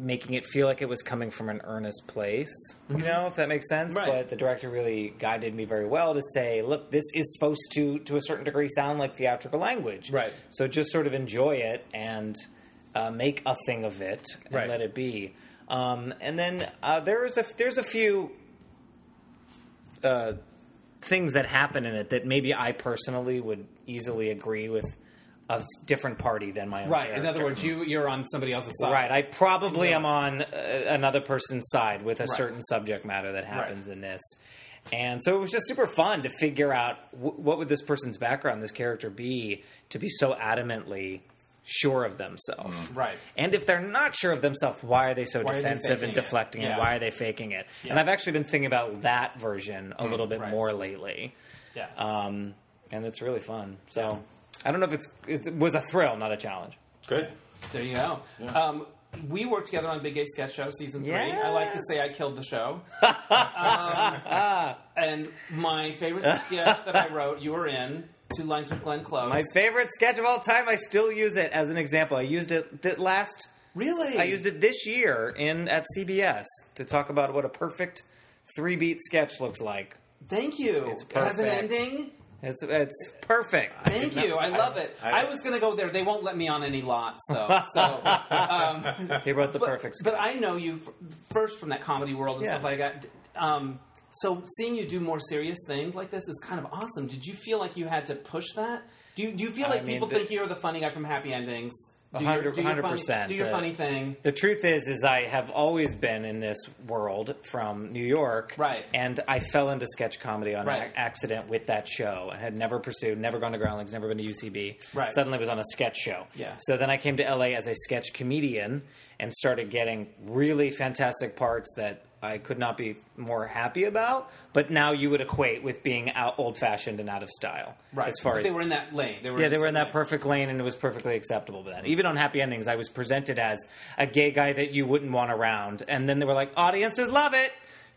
[SPEAKER 2] making it feel like it was coming from an earnest place. You know, if that makes sense.
[SPEAKER 1] Mm-hmm. Right.
[SPEAKER 2] But the director really guided me very well to say, look, this is supposed to to a certain degree sound like theatrical language.
[SPEAKER 1] Right.
[SPEAKER 2] So just sort of enjoy it and uh, make a thing of it and
[SPEAKER 1] Right.
[SPEAKER 2] let it be. Um, and then uh, there's a there's a few uh, things that happen in it that maybe I personally would easily agree with a s- different party than my own.
[SPEAKER 1] right. In other
[SPEAKER 2] character.
[SPEAKER 1] words, you you're on somebody else's side.
[SPEAKER 2] Right, I probably am on uh, another person's side with a
[SPEAKER 1] Right.
[SPEAKER 2] certain subject matter that happens in this, and so it was just super fun to figure out w- what would this person's background, this character, be to be so adamantly sure of themselves.
[SPEAKER 1] Right.
[SPEAKER 2] And if they're not sure of themselves, why are they so
[SPEAKER 1] Mm. Why are they
[SPEAKER 2] defensive and
[SPEAKER 1] faking it?
[SPEAKER 2] deflecting
[SPEAKER 1] Yeah.
[SPEAKER 2] and why are they faking it? And I've actually been thinking about that version a little bit
[SPEAKER 1] Mm, right.
[SPEAKER 2] more lately.
[SPEAKER 1] Yeah.
[SPEAKER 2] Um, and it's really fun. So I don't know if it's it was a thrill, not a challenge.
[SPEAKER 3] [LAUGHS] Good.
[SPEAKER 1] There you go. Um, we worked together on Big Gay Sketch Show season three. I like to say I killed the
[SPEAKER 2] [LAUGHS]
[SPEAKER 1] show. um, and my favorite sketch that
[SPEAKER 2] [LAUGHS]
[SPEAKER 1] I wrote, you were in Two Lines with Glenn Close.
[SPEAKER 2] My favorite sketch of all time. I still use it as an example. I used it th- last
[SPEAKER 4] Really?
[SPEAKER 2] I used it this year in at CBS to talk about what a perfect three beat sketch looks like.
[SPEAKER 1] Thank you.
[SPEAKER 2] It's
[SPEAKER 1] It has an
[SPEAKER 2] perfect.
[SPEAKER 1] ending.
[SPEAKER 2] It's it's perfect.
[SPEAKER 1] Thank you. I love it.
[SPEAKER 3] I-
[SPEAKER 1] I, was going to go there. They won't let me on any lots,
[SPEAKER 2] [LAUGHS]
[SPEAKER 1] though. So, um,
[SPEAKER 2] He wrote the
[SPEAKER 1] but,
[SPEAKER 2] perfect.
[SPEAKER 1] But
[SPEAKER 2] Sketch.
[SPEAKER 1] I know you f- first from that comedy world and
[SPEAKER 2] Yeah.
[SPEAKER 1] stuff like that. Um, so seeing you do more serious things like this is kind of awesome. Did you feel like you had to push that? Do you, do you feel
[SPEAKER 2] I
[SPEAKER 1] like
[SPEAKER 2] mean,
[SPEAKER 1] people
[SPEAKER 2] the-
[SPEAKER 1] think you're the funny guy from Happy Endings? Do your-
[SPEAKER 2] 100
[SPEAKER 1] do your funny-
[SPEAKER 2] 100%,
[SPEAKER 1] Do your
[SPEAKER 2] uh,
[SPEAKER 1] funny thing.
[SPEAKER 2] the truth is, is I have always been in this world from New York,
[SPEAKER 1] Right.
[SPEAKER 2] And I fell into sketch comedy on
[SPEAKER 1] Right.
[SPEAKER 2] ac- accident with that show, and had never pursued, never gone to Groundlings, never been to UCB.
[SPEAKER 1] Right.
[SPEAKER 2] Suddenly was on a sketch show.
[SPEAKER 1] Yeah.
[SPEAKER 2] So then I came to LA as a sketch comedian and started getting really fantastic parts that I could not be more happy about. But now you would equate with being out old fashioned and out of style,
[SPEAKER 1] Right.
[SPEAKER 2] As far
[SPEAKER 1] But
[SPEAKER 2] as
[SPEAKER 1] they were in that lane. They were
[SPEAKER 2] yeah, they were in
[SPEAKER 1] certain-
[SPEAKER 2] that perfect lane, and it was perfectly acceptable then. Even on Happy Endings, I was presented as a gay guy that you wouldn't want around, and then they were like, "Audiences love it.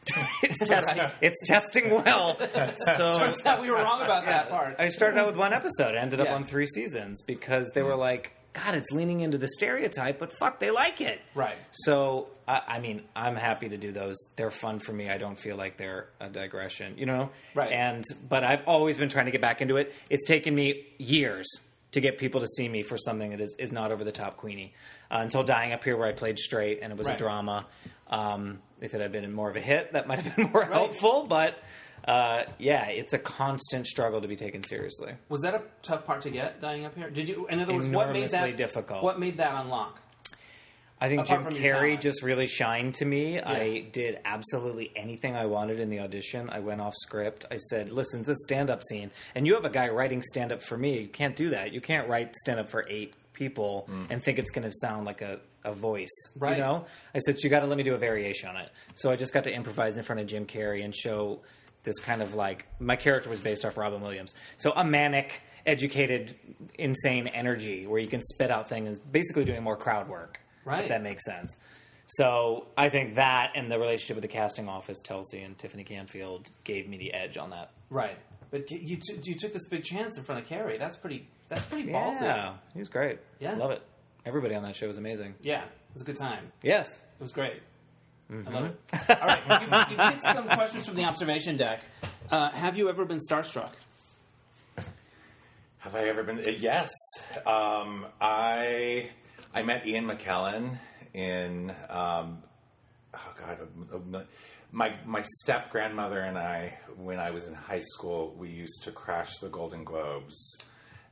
[SPEAKER 2] [LAUGHS] it's, [LAUGHS] test- it's testing well." [LAUGHS] So
[SPEAKER 1] Turns out [LAUGHS] we were wrong about that part.
[SPEAKER 2] I started out with one episode, ended up
[SPEAKER 1] Yeah.
[SPEAKER 2] on three seasons because they were like, "God, it's leaning into the stereotype, but fuck, they like it."
[SPEAKER 1] Right.
[SPEAKER 2] So I, I mean, I'm happy to do those. They're fun for me. I don't feel like they're a digression, you know.
[SPEAKER 1] Right.
[SPEAKER 2] And but I've always been trying to get back into it. It's taken me years to get people to see me for something that is, is not over the top Queenie. Uh, until dying up here, where I played straight, and it was
[SPEAKER 1] Right.
[SPEAKER 2] a drama. Um, if it had been more of a hit, that might have been [LAUGHS] more helpful. But uh, yeah, it's a constant struggle to be taken seriously.
[SPEAKER 1] Was that a tough part to get dying up here? Did you? In other words, what made
[SPEAKER 2] Enormously
[SPEAKER 1] that
[SPEAKER 2] difficult.
[SPEAKER 1] What made that unlock?
[SPEAKER 2] I think
[SPEAKER 1] apart
[SPEAKER 2] Jim
[SPEAKER 1] from your
[SPEAKER 2] Carrey
[SPEAKER 1] talent.
[SPEAKER 2] just really shined to me. I did absolutely anything I wanted in the audition. I went off script. I said, "Listen, it's a stand-up scene, and you have a guy writing stand-up for me. You can't do that. You can't write stand-up for eight people and think it's going to sound like a, a voice."
[SPEAKER 1] Mm. Right.
[SPEAKER 2] You know, I said, "You got to let me do a variation on it." So I just got to improvise in front of Jim Carrey and show this kind of like my character was based off Robin Williams, so a manic. Educated, insane energy where you can spit out things, basically doing more crowd work
[SPEAKER 1] Right.
[SPEAKER 2] if that makes sense. So I think that and the relationship with the casting office, Telsey and Tiffany Canfield, gave me the edge on that.
[SPEAKER 1] Right. But c- you t- you took this big chance in front of Carrie. That's pretty. That's pretty ballsy.
[SPEAKER 2] Yeah, he was great.
[SPEAKER 1] Yeah.
[SPEAKER 2] love it. Everybody on that show was amazing.
[SPEAKER 1] Yeah, It was a good time.
[SPEAKER 2] Yes,
[SPEAKER 1] It was great. I love it.
[SPEAKER 3] Mm-hmm.
[SPEAKER 1] All right. You, you picked some questions from the observation deck. Uh, have you ever been starstruck?
[SPEAKER 3] Have I ever been? uh, Yes. Um, I I met Ian McKellen in um, oh god, um, um, my my step grandmother and I when I was in high school we used to crash the Golden Globes.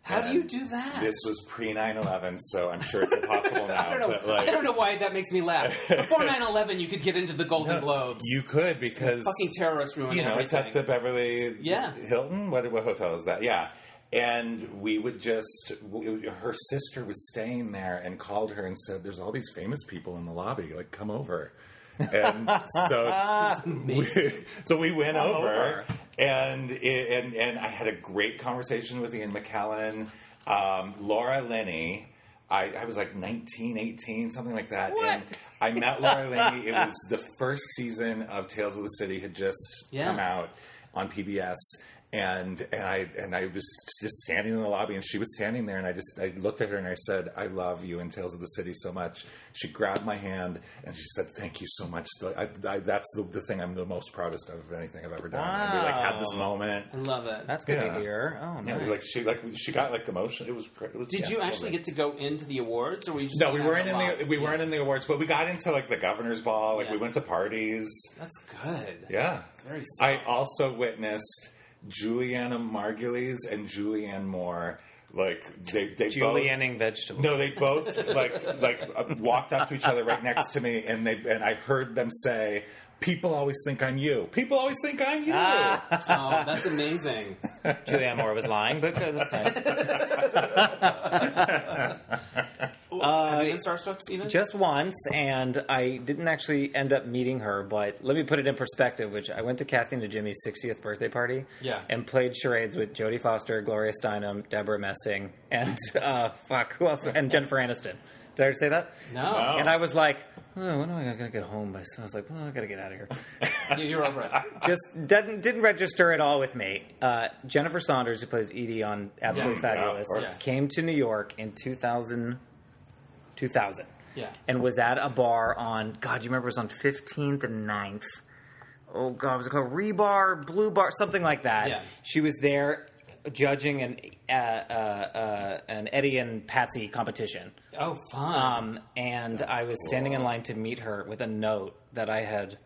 [SPEAKER 1] How do
[SPEAKER 3] And
[SPEAKER 1] you do that?
[SPEAKER 3] This was pre 9-11, so
[SPEAKER 1] [LAUGHS]
[SPEAKER 3] I'm sure it's impossible now.
[SPEAKER 1] I don't know.
[SPEAKER 3] but, like,
[SPEAKER 1] I don't know why that makes me laugh.
[SPEAKER 3] [LAUGHS]
[SPEAKER 1] Before 9-11, you could get into the Golden Globes.
[SPEAKER 3] You could because
[SPEAKER 1] fucking terrorists ruined
[SPEAKER 3] you know, it's
[SPEAKER 1] everything.
[SPEAKER 3] at the Beverly
[SPEAKER 1] Yeah.
[SPEAKER 3] Hilton. What, what hotel is that? Yeah. And we would just, w her sister was staying there and called her and said, There's all these famous people in the lobby. Like, come over. And
[SPEAKER 1] [LAUGHS]
[SPEAKER 3] so, we, so we went over,
[SPEAKER 2] over.
[SPEAKER 3] And, it, and, and I had a great conversation with Ian McKellen, um, Laura Linney. I, I was like 19, 18, something like that. And I met Laura
[SPEAKER 1] [LAUGHS]
[SPEAKER 3] Linney. It was the first season of Tales of the City had just
[SPEAKER 1] Yeah.
[SPEAKER 3] come out on PBS. And and I and I was just standing in the lobby, and she was standing there, and I just I looked at her and I said, "I love you in Tales of the City so much." She grabbed my hand and she said, "Thank you so much." I, I, that's the, the thing I'm the most proudest of of anything I've ever done. And we like had this moment.
[SPEAKER 1] I love it.
[SPEAKER 2] that's good
[SPEAKER 3] Yeah.
[SPEAKER 2] to hear. Oh,
[SPEAKER 3] Yeah,
[SPEAKER 2] nice.
[SPEAKER 3] like she like she got like emotion. It was. cra- It was
[SPEAKER 1] Did
[SPEAKER 3] yeah,
[SPEAKER 1] you actually
[SPEAKER 3] lovely.
[SPEAKER 1] get to go into the awards, or were you just
[SPEAKER 3] No, we
[SPEAKER 1] going out
[SPEAKER 3] weren't in
[SPEAKER 1] lot?
[SPEAKER 3] the we weren't in the awards, but we got into like the governor's ball. Like
[SPEAKER 1] Yeah.
[SPEAKER 3] we went to parties.
[SPEAKER 1] That's good.
[SPEAKER 3] Yeah,
[SPEAKER 1] Very
[SPEAKER 3] I also witnessed Juliana Margulies and Julianne Moore. Like they, they both.
[SPEAKER 2] Julianning vegetables.
[SPEAKER 3] No, they both like like uh, walked up to each other right next to me, and they and I heard them say, "People always think I'm you. People always think I'm you."
[SPEAKER 2] Ah.
[SPEAKER 1] oh, that's
[SPEAKER 3] [LAUGHS]
[SPEAKER 1] amazing.
[SPEAKER 2] Julianne Moore was lying, but uh, that's nice.
[SPEAKER 3] Uh,
[SPEAKER 1] Have you been starstruck, Steven?
[SPEAKER 2] Just once, and I didn't actually end up meeting her. But let me put it in perspective. Which I went to Kathy and to Jimmy's 60th birthday party.
[SPEAKER 1] Yeah.
[SPEAKER 2] and played charades with Jodie Foster, Gloria Steinem, Deborah Messing, and uh, fuck, who else? And Jennifer Aniston. Did I already say that?
[SPEAKER 1] no,
[SPEAKER 3] No.
[SPEAKER 2] And I was like, oh, when am I gonna get home? By so I was like, well, I gotta get out of here.
[SPEAKER 1] You- you're over it.
[SPEAKER 2] Just didn't didn't register at all with me. Uh, Jennifer Saunders, who plays Edie on Absolutely
[SPEAKER 3] Yeah, of
[SPEAKER 2] Fabulous,
[SPEAKER 3] course.
[SPEAKER 2] came to New York in 2000. 2000.
[SPEAKER 1] Yeah.
[SPEAKER 2] and was at a bar on God. You remember it was on Fifteenth and 9th. Oh God, was it called Rebar, Blue Bar, something like that?
[SPEAKER 1] Yeah.
[SPEAKER 2] She was there judging an uh, uh, uh, an Eddie and Patsy competition.
[SPEAKER 1] Oh, fun.
[SPEAKER 2] Um, and I was standing in line to meet her with a note that I had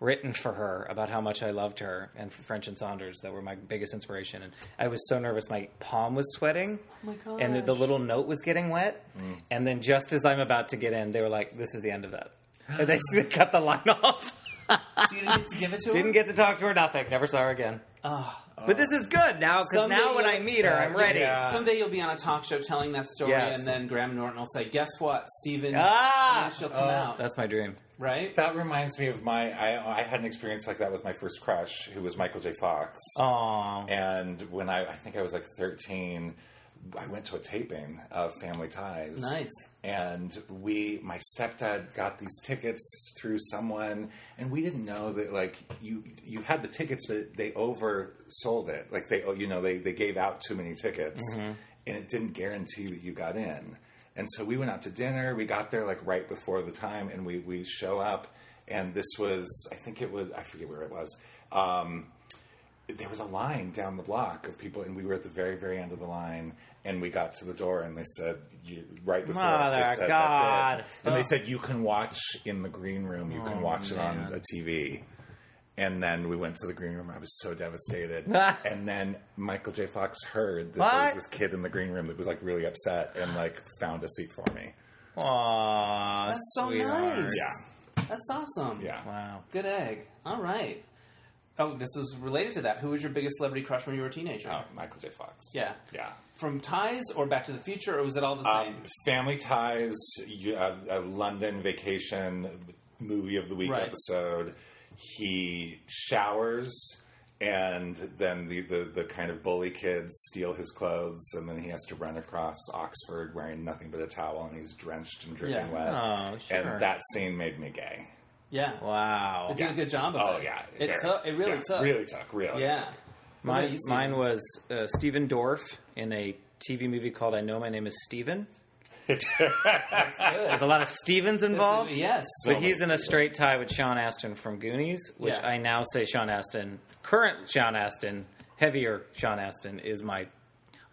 [SPEAKER 2] written for her about how much I loved her and for French and Saunders that were my biggest inspiration. And I was so nervous, my palm was sweating,
[SPEAKER 1] Oh my gosh.
[SPEAKER 2] and the, the little note was getting wet. And then just as I'm about to get in, they were like, "This is the end of that." And they they [LAUGHS] cut the line off.
[SPEAKER 1] so you didn't get to give it to her?
[SPEAKER 2] Didn't get to talk to her. Nothing. Never saw her again.
[SPEAKER 1] Ugh.
[SPEAKER 2] But this is good now because
[SPEAKER 1] Someday
[SPEAKER 2] now when
[SPEAKER 1] you'll-
[SPEAKER 2] I meet her, I'm ready.
[SPEAKER 3] Yeah.
[SPEAKER 1] Someday you'll be on a talk show telling that story,
[SPEAKER 2] Yes.
[SPEAKER 1] and then Graham Norton will say, "Guess what, Steven?
[SPEAKER 2] Ah!
[SPEAKER 1] And then she'll come
[SPEAKER 3] Oh,
[SPEAKER 1] out,
[SPEAKER 2] That's my dream.
[SPEAKER 1] right?
[SPEAKER 3] That reminds me of my. I, I had an experience like that with my first crush, who was Michael J. Fox.
[SPEAKER 2] Oh. Aww.
[SPEAKER 3] And when I, I think I was like 13, I went to a taping of Family Ties.
[SPEAKER 1] Nice.
[SPEAKER 3] And we, my stepdad got these tickets through someone, and we didn't know that like you you had the tickets, but they oversold it. Like they, oh, you know, they they gave out too many tickets, and it didn't guarantee that you got in. And so we went out to dinner. We got there like right before the time, and we we show up, and this was I think it was I forget where it was. Um, there was a line down the block of people, and we were at the very, very end of the line. And we got to the door, and they said, you, right before
[SPEAKER 2] Mother
[SPEAKER 3] us, they said,
[SPEAKER 2] God. Oh.
[SPEAKER 3] That's it. And they said, you can watch in the green room. You can watch it on a TV. And then we went to the green room. I was so
[SPEAKER 2] [LAUGHS]
[SPEAKER 3] devastated. and then Michael J. Fox heard that there
[SPEAKER 2] What?
[SPEAKER 3] was this kid in the green room that was like really upset and like found a seat for me.
[SPEAKER 2] Aww.
[SPEAKER 1] That's so
[SPEAKER 2] sweetheart.
[SPEAKER 1] nice.
[SPEAKER 3] Yeah,
[SPEAKER 1] That's awesome.
[SPEAKER 3] yeah.
[SPEAKER 2] Wow.
[SPEAKER 1] Good egg. All right. Oh, this was related to that. Who was your biggest celebrity crush when you were a teenager?
[SPEAKER 3] Oh, Michael J. Fox.
[SPEAKER 1] Yeah.
[SPEAKER 3] yeah.
[SPEAKER 1] From Ties or Back to the Future, or was it all the same?
[SPEAKER 3] Um, family Ties, you- uh, a London vacation movie of the week
[SPEAKER 1] Right.
[SPEAKER 3] episode. He showers, and then the, the, the kind of bully kids steal his clothes, and then he has to run across Oxford wearing nothing but a towel, and he's drenched and dripping
[SPEAKER 1] Yeah.
[SPEAKER 3] wet.
[SPEAKER 2] Oh, sure.
[SPEAKER 3] And that scene made me gay.
[SPEAKER 1] yeah.
[SPEAKER 2] Wow.
[SPEAKER 1] It did a good job of
[SPEAKER 3] Oh,
[SPEAKER 1] it.
[SPEAKER 3] yeah.
[SPEAKER 1] It
[SPEAKER 3] Very-
[SPEAKER 1] took. It really
[SPEAKER 3] yeah,
[SPEAKER 1] took.
[SPEAKER 3] Really took. Really.
[SPEAKER 1] Yeah.
[SPEAKER 3] took.
[SPEAKER 1] What about
[SPEAKER 2] Mine,
[SPEAKER 1] you, Steven? [LAUGHS]
[SPEAKER 2] mine was uh, Stephen Dorff in a TV movie called "I Know My Name Is Steven." [LAUGHS] There's a lot of Stevens involved,
[SPEAKER 1] Yes.
[SPEAKER 2] but he's in a straight tie with Sean Astin from Goonies, which
[SPEAKER 1] Yeah.
[SPEAKER 2] I now say Sean Astin, current Sean Astin, heavier Sean Astin is my